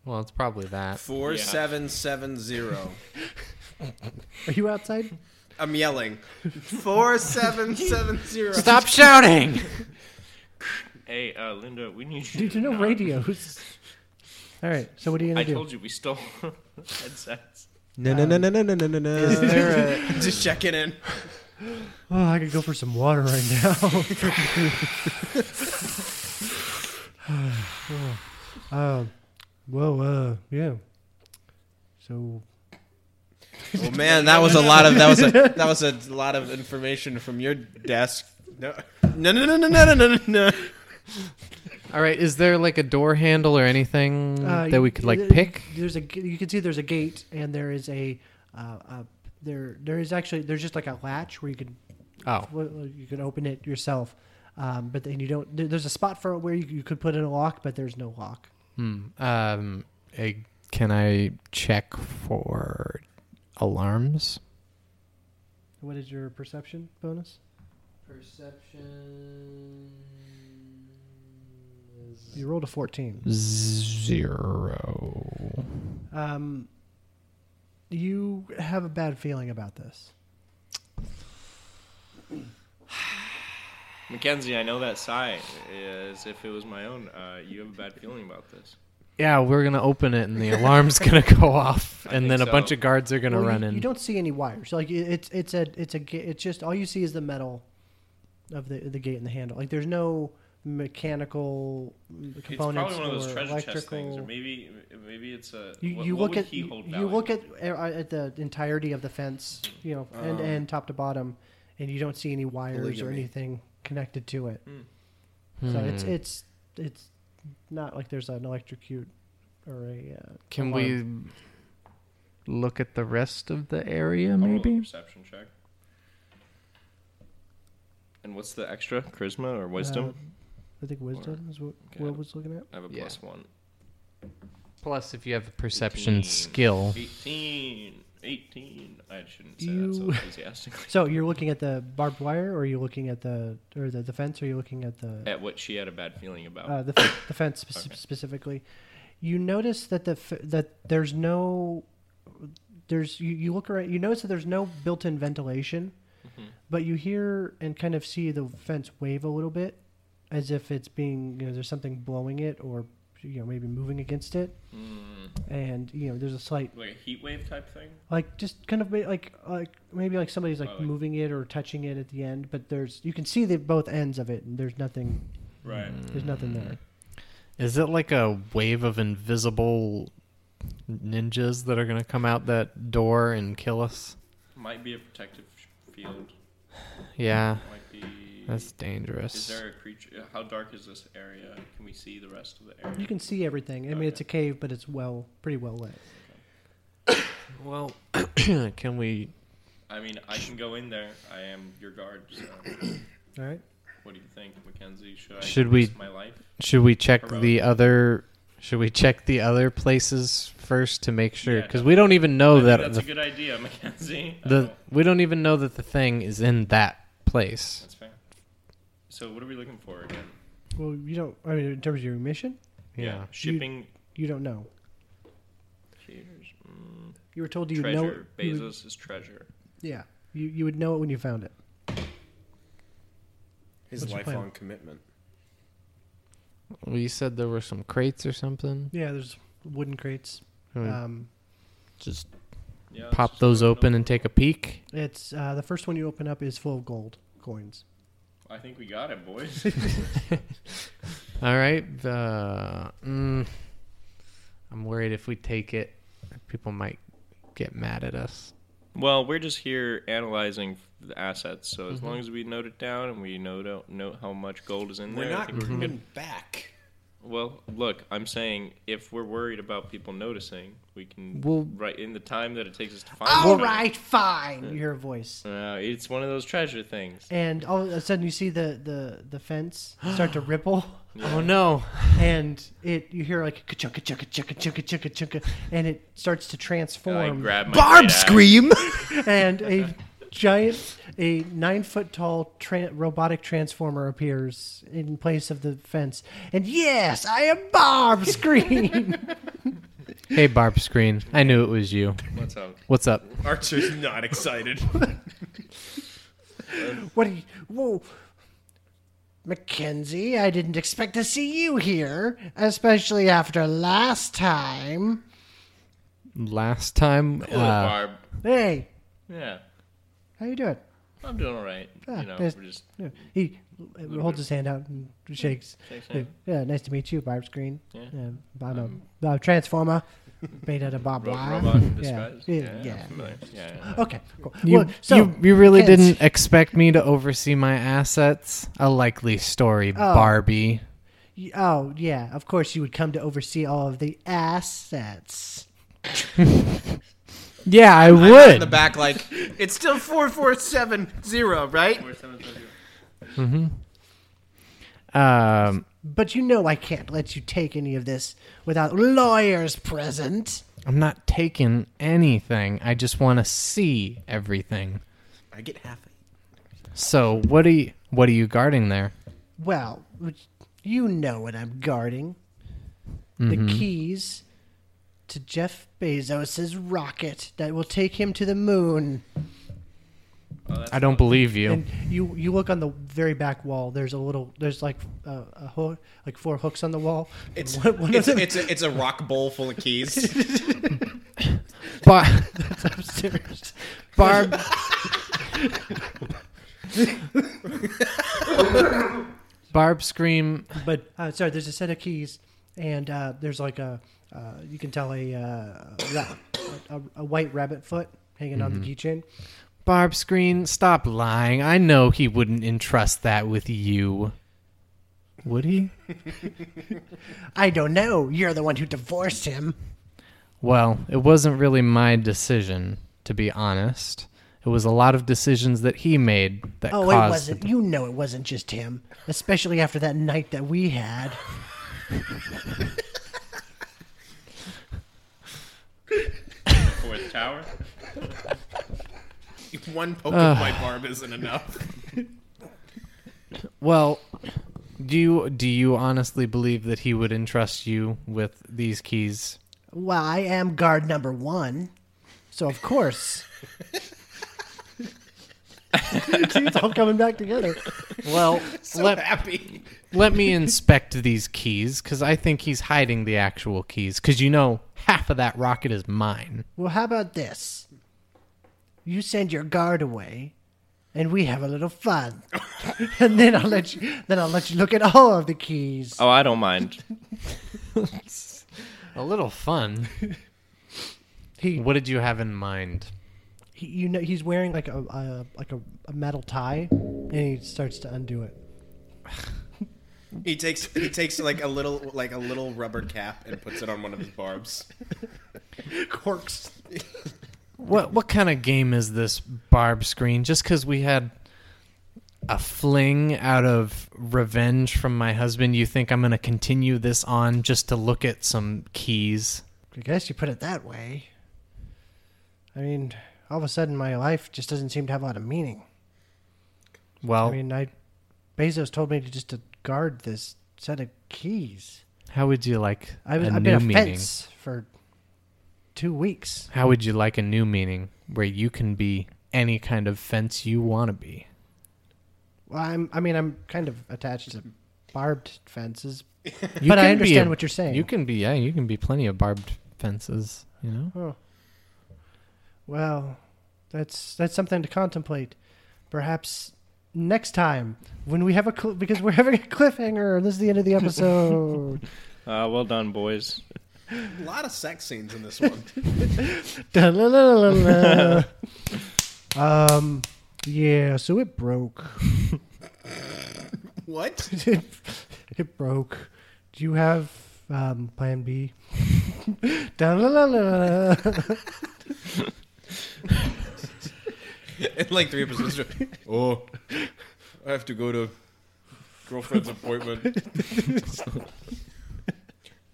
Speaker 3: well, it's probably
Speaker 5: [laughs]
Speaker 3: that.
Speaker 5: Four
Speaker 4: Yeah.
Speaker 5: seven seven zero.
Speaker 2: Are you outside?
Speaker 5: I'm [laughs] yelling. Four seven seven zero.
Speaker 3: Stop shouting.
Speaker 4: Hey, uh, Linda, we need you.
Speaker 2: Dude,
Speaker 4: to
Speaker 2: you know
Speaker 4: not-
Speaker 2: radios. [laughs] All right, so what are you
Speaker 4: I
Speaker 2: gonna do?
Speaker 4: told you we stole [laughs] headsets.
Speaker 5: No no no no no no no
Speaker 3: Is
Speaker 5: no.
Speaker 3: there a,
Speaker 5: [laughs] Just checking in.
Speaker 2: Oh, I could go for some water right now. [laughs] [sighs] um, well, uh, yeah.
Speaker 5: Oh,
Speaker 2: So
Speaker 5: [laughs] Well, man, that was a lot of that was a that was a lot of information from your desk No, no, no, no, no, no, no, no, no.
Speaker 3: All right, is there like a door handle or anything
Speaker 2: Uh,
Speaker 3: that we could like
Speaker 2: th-
Speaker 3: pick?
Speaker 2: There's a g- you can see there's a gate and there is a, uh, a there there is actually there's just like a latch where you could
Speaker 3: Oh,
Speaker 2: well, you could open it yourself, um, but then you don't. there- There's a spot for it where you, you could put in a lock, but there's no lock.
Speaker 3: hmm. um, eh, can I check for alarms?
Speaker 2: What is your perception bonus?
Speaker 3: Perception
Speaker 2: You rolled a fourteen.
Speaker 3: zero.
Speaker 2: Um, you have a bad feeling about this.
Speaker 4: Mackenzie, I know that sigh is if it was my own. Uh, you have a bad feeling about this.
Speaker 3: Yeah, we're gonna open it, [laughs] and the alarm's gonna go off,
Speaker 4: I
Speaker 3: and
Speaker 4: think
Speaker 3: then a
Speaker 4: so.
Speaker 3: bunch of guards are gonna
Speaker 2: Well,
Speaker 3: run
Speaker 2: you,
Speaker 3: in.
Speaker 2: You don't see any wires. Like it- it's it's a it's a ga- it's just all you see is the metal of the the gate and the handle. Like there's no mechanical components
Speaker 4: It's probably one of
Speaker 2: or
Speaker 4: those treasure
Speaker 2: electrical.
Speaker 4: chest things, or maybe maybe it's a.
Speaker 2: you,
Speaker 4: what,
Speaker 2: you
Speaker 4: what
Speaker 2: look
Speaker 4: would
Speaker 2: at
Speaker 4: he hold
Speaker 2: you
Speaker 4: value?
Speaker 2: look at uh, at the entirety of the fence, you know, end to end, top to bottom, and you don't see any wires or
Speaker 5: Polygamy.
Speaker 2: anything connected to it.
Speaker 4: Hmm.
Speaker 2: So it's
Speaker 3: Hmm.
Speaker 2: it's it's not like there's an electrocute or a. Uh,
Speaker 3: Can
Speaker 2: alarm.
Speaker 3: we look at the rest of the area,
Speaker 4: I'll roll a
Speaker 3: maybe?
Speaker 4: perception check. And what's the extra charisma or wisdom?
Speaker 2: uh, I think wisdom is what
Speaker 4: Okay,
Speaker 2: Will
Speaker 4: I-
Speaker 2: was looking at.
Speaker 4: I have a
Speaker 3: yeah.
Speaker 4: plus one.
Speaker 3: Plus, if you have a perception
Speaker 4: 18.
Speaker 3: skill,
Speaker 4: 18. 18. I shouldn't say that so
Speaker 2: You-
Speaker 4: enthusiastically.
Speaker 2: So you're looking at the barbed wire, or you're looking at the or the, the fence, or you're looking at the
Speaker 4: [laughs] at what she had a bad feeling about.
Speaker 2: uh, the, f- the fence spe-
Speaker 4: Oh. Okay.
Speaker 2: specifically. You notice that the f- that there's no there's you, you look around you notice that there's no built-in ventilation, but you hear and kind of see the fence wave a little bit, as if it's being you know there's something blowing it or you know maybe moving against it,
Speaker 4: Mm,
Speaker 2: and you know there's a slight
Speaker 4: like a heat wave type thing?
Speaker 2: like just kind of ma- like like maybe like somebody's like
Speaker 4: Oh, like-
Speaker 2: moving it or touching it at the end but there's you can see the both ends of it and there's nothing
Speaker 4: Right.
Speaker 3: Hmm.
Speaker 2: there's nothing there
Speaker 3: is it like a wave of invisible ninjas that are gonna come out that door and kill us?
Speaker 4: Might be a protective sh- field.
Speaker 3: Yeah,
Speaker 4: Might be.
Speaker 3: that's
Speaker 4: Is
Speaker 3: dangerous.
Speaker 4: there a creature? How dark is this area? Can we see the rest of the area?
Speaker 2: you can see everything i mean it's a cave but it's well pretty well lit
Speaker 3: Well, [laughs] can we?
Speaker 4: I mean, I can go in there. I am your guard. So
Speaker 2: all right
Speaker 4: what do you think, Mackenzie? Should I
Speaker 3: Should
Speaker 4: risk
Speaker 3: we-
Speaker 4: my life?
Speaker 3: Should we check
Speaker 4: Heroic.
Speaker 3: the other? Should we check the other places first to make sure?
Speaker 4: Yeah,
Speaker 3: Because we don't even know
Speaker 4: I think
Speaker 3: Oh, that
Speaker 4: that's
Speaker 3: the
Speaker 4: a good idea, [laughs] Mackenzie. I
Speaker 3: the
Speaker 4: don't-
Speaker 3: we don't even know that the thing is in that place.
Speaker 4: that's fair. So what are we looking for again?
Speaker 2: well you don't i mean in terms of your mission
Speaker 3: Yeah.
Speaker 4: Shipping.
Speaker 2: you don't know
Speaker 4: Cheaters. Mm,
Speaker 2: you were told you would know it,
Speaker 4: treasure.
Speaker 2: you would-
Speaker 4: Bezos is treasure.
Speaker 2: yeah you, you would know it when you found it
Speaker 5: His
Speaker 2: What's your plan?
Speaker 5: lifelong commitment.
Speaker 3: We said there were some crates or something.
Speaker 2: yeah there's wooden crates
Speaker 3: Can we
Speaker 2: um
Speaker 3: just
Speaker 4: Yeah, let's
Speaker 3: pop
Speaker 4: just
Speaker 3: those
Speaker 4: open
Speaker 3: open
Speaker 4: up.
Speaker 3: and take a peek.
Speaker 2: it's uh the first one you open up is full of gold coins
Speaker 4: I think we got it, boys. [laughs]
Speaker 3: All right. Uh, mm, I'm worried if we take it, people might get mad at us.
Speaker 4: Well, we're just here analyzing the assets, so
Speaker 3: Mm-hmm.
Speaker 4: as long as we note it down and we note out- note how much gold is in
Speaker 5: We're
Speaker 4: there, I
Speaker 5: not
Speaker 4: think we're
Speaker 5: coming
Speaker 4: good.
Speaker 5: back.
Speaker 4: Well, look, I'm saying if we're worried about people noticing, we can
Speaker 3: Well-
Speaker 4: write in the time that it takes us to find.
Speaker 2: all
Speaker 4: them.
Speaker 2: right fine you hear a voice
Speaker 4: Uh, it's one of those treasure things.
Speaker 2: and all of a sudden you see the the the fence start [gasps] to ripple
Speaker 3: Oh no!
Speaker 2: and it you hear like ka-chunka chunka chunka chunka chunka chunka and it starts to
Speaker 4: And I
Speaker 2: transform
Speaker 4: grab my
Speaker 5: Barb
Speaker 4: great
Speaker 5: scream.
Speaker 4: axe.
Speaker 2: and a giant a nine foot tall tran robotic transformer appears in place of the fence and yes i am barb scream
Speaker 3: [laughs] Hey, Barb Screen. I knew it was you.
Speaker 4: What's up?
Speaker 3: What's up?
Speaker 5: Archer's not
Speaker 4: [laughs]
Speaker 5: excited.
Speaker 2: [laughs] what are you whoa mackenzie i didn't expect to see you here especially after last time
Speaker 3: Last time,
Speaker 4: Hello,
Speaker 3: uh,
Speaker 4: Barb.
Speaker 2: hey
Speaker 4: Yeah.
Speaker 2: how you doing
Speaker 4: I'm doing all right.
Speaker 2: Ah,
Speaker 4: you know,
Speaker 2: yes.
Speaker 4: we're just
Speaker 2: Yeah. He uh, holds his hand out and shakes.
Speaker 4: Shakes
Speaker 2: Yeah,
Speaker 4: hand.
Speaker 2: nice to meet you, Barb Green.
Speaker 4: Yeah.
Speaker 2: I'm, a, I'm a uh,
Speaker 4: [laughs]
Speaker 2: transformer made out of barbed
Speaker 4: Um, ro-
Speaker 2: wire.
Speaker 4: robot in
Speaker 2: yeah.
Speaker 4: disguise.
Speaker 2: Yeah.
Speaker 4: yeah,
Speaker 2: yeah.
Speaker 4: I'm familiar. yeah, yeah.
Speaker 2: Okay. Cool.
Speaker 3: You,
Speaker 2: well, so
Speaker 3: you, you really
Speaker 2: Ken's-
Speaker 3: didn't expect me to oversee my assets? A likely story,
Speaker 2: Oh.
Speaker 3: Barbie.
Speaker 2: y- Oh yeah, of course you would come to oversee all of the assets.
Speaker 3: Yeah, I
Speaker 5: In the
Speaker 3: would.
Speaker 5: back, like [laughs] it's still four four seven zero, right?
Speaker 3: Um,
Speaker 2: But you know I can't let you take any of this without lawyers present.
Speaker 3: I'm not taking anything. I just want to see everything.
Speaker 5: I get half. it.
Speaker 3: So what are you? What are you guarding there?
Speaker 2: Well, you know what I'm guarding.
Speaker 5: Mm-hmm.
Speaker 2: The keys to Jeff Bezos's rocket that will take him to the moon.
Speaker 3: I don't believe you.
Speaker 2: And you you look on the very back wall. There's a little. There's like uh, a hook, like four hooks on the wall.
Speaker 5: It's
Speaker 2: [laughs] One- one of
Speaker 5: it's,
Speaker 2: them-
Speaker 5: it's, a, it's a rock bowl full of [laughs] keys.
Speaker 3: [laughs] Bar-
Speaker 5: [laughs]
Speaker 2: upstairs.
Speaker 3: Barb, Barb, scream!
Speaker 2: But uh, sorry, there's a set of keys, and uh, there's like a uh, you can tell a, uh, ra- a a white rabbit foot hanging on the
Speaker 5: Mm-hmm.
Speaker 2: keychain.
Speaker 3: Barb, scream! Stop lying. I know he wouldn't entrust that with you. Would he?
Speaker 2: I don't know. You're the one who divorced him.
Speaker 3: Well, it wasn't really my decision, to be honest. It was a lot of decisions that he made that
Speaker 2: Oh,
Speaker 3: caused.
Speaker 2: it wasn't. You know, it wasn't just him. Especially after that night that we had.
Speaker 4: Fourth tower.
Speaker 5: One poke of my barb isn't enough.
Speaker 3: Well, do you do you honestly believe that he would entrust you with these keys?
Speaker 2: Well, I am guard number one, so of course. [laughs] See, it's all coming back together. [laughs]
Speaker 3: Well, let,
Speaker 5: Happy.
Speaker 3: let me inspect these keys because I think he's hiding the actual keys. Because you know, half of that rocket is mine.
Speaker 2: Well, how about this? You send your guard away, and we have a little fun, [laughs] and then I'll let you. Then I'll let you look at all of the keys.
Speaker 4: Oh, I don't mind.
Speaker 3: A
Speaker 2: [laughs]
Speaker 3: little fun.
Speaker 2: He,
Speaker 3: what did you have in mind?
Speaker 2: he you know, he's wearing like a, a like a, a metal tie, and he starts to undo it.
Speaker 5: He takes he takes like a little like a little rubber cap and puts it on one of his barbs.
Speaker 2: Corks.
Speaker 3: What what kind of game is this barb screen? Just because we had a fling out of revenge from my husband, you think I'm going to continue this on just to look at some keys?
Speaker 2: I guess you put it that way. I mean, all of a sudden, my life just doesn't seem to have a lot of meaning.
Speaker 3: Well,
Speaker 2: I mean, I Bezos told me to just to guard this set of keys.
Speaker 3: how would you like
Speaker 2: I was,
Speaker 3: a
Speaker 2: I've
Speaker 3: new
Speaker 2: been a
Speaker 3: meaning?
Speaker 2: fence for two weeks.
Speaker 3: How would you like a new meaning where you can be any kind of fence you want to be?
Speaker 2: Well, I'm, I mean, I'm kind of attached to barbed fences.
Speaker 3: You
Speaker 2: But I
Speaker 3: can be
Speaker 2: understand what you're saying.
Speaker 3: You can be yeah, you can be plenty of barbed fences, you know?
Speaker 2: Well, that's that's something to contemplate. Perhaps next time when we have a cl- because we're having a cliffhanger. This is the end of
Speaker 3: [laughs]
Speaker 2: the episode.
Speaker 4: Uh, well done, boys.
Speaker 5: A lot of sex scenes in this one.
Speaker 2: Da-la-la-la-la. [laughs] um, yeah. So it broke. [laughs]
Speaker 5: What?
Speaker 2: it, it broke. Do you have um, Plan B? [laughs]
Speaker 3: [laughs]
Speaker 2: Da-la-la-la.
Speaker 5: In like three episodes. Oh, I have to go to girlfriend's appointment.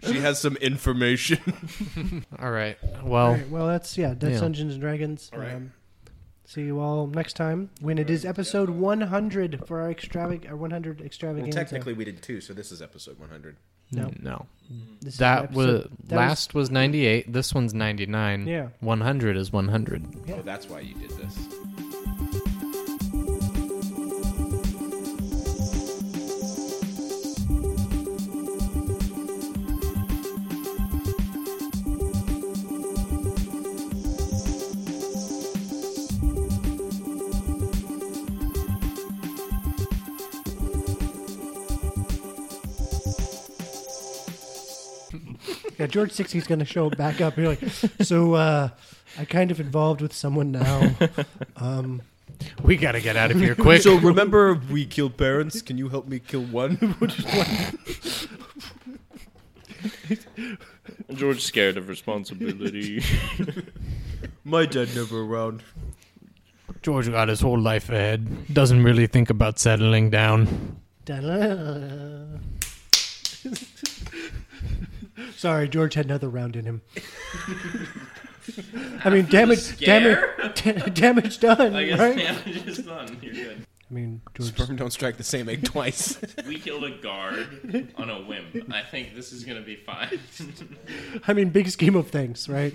Speaker 5: she has some information.
Speaker 3: All right.
Speaker 2: All
Speaker 3: Well,
Speaker 2: right, well, that's yeah. That's
Speaker 3: Yeah.
Speaker 2: Dungeons and Dragons.
Speaker 5: All right.
Speaker 2: Um, see you all next time when it is episode 100 for our extravag our 100
Speaker 5: Well,
Speaker 2: extravaganza.
Speaker 5: technically, we did two, so this is episode 100.
Speaker 2: no.
Speaker 3: no.
Speaker 2: This is
Speaker 3: That
Speaker 2: episode-
Speaker 3: was
Speaker 2: that
Speaker 3: last was 98. This one's 99.
Speaker 2: Yeah.
Speaker 3: 100 is 100.
Speaker 5: Oh, that's why you did this.
Speaker 2: Yeah, George Sixty's going to show back up. You're like, [laughs] so uh, I kind of involved with someone
Speaker 3: [laughs]
Speaker 2: now. Um,
Speaker 3: We gotta get out of
Speaker 2: [laughs]
Speaker 3: here quick.
Speaker 5: So remember, we killed parents. Can you help me kill one?
Speaker 4: George scared of responsibility. [laughs]
Speaker 5: My dad never around.
Speaker 3: George got his whole life ahead. Doesn't really think about settling down.
Speaker 2: da-la. [laughs] Sorry, George had another round in him. I mean, damage, damage, damage [laughs] done,
Speaker 4: I guess
Speaker 2: right?
Speaker 4: damage is done. [laughs] You're good.
Speaker 2: I mean, George.
Speaker 5: Sperm don't strike the same egg twice.
Speaker 4: We killed a guard on a whim. I think this is gonna be fine.
Speaker 2: I mean, big scheme of things, right?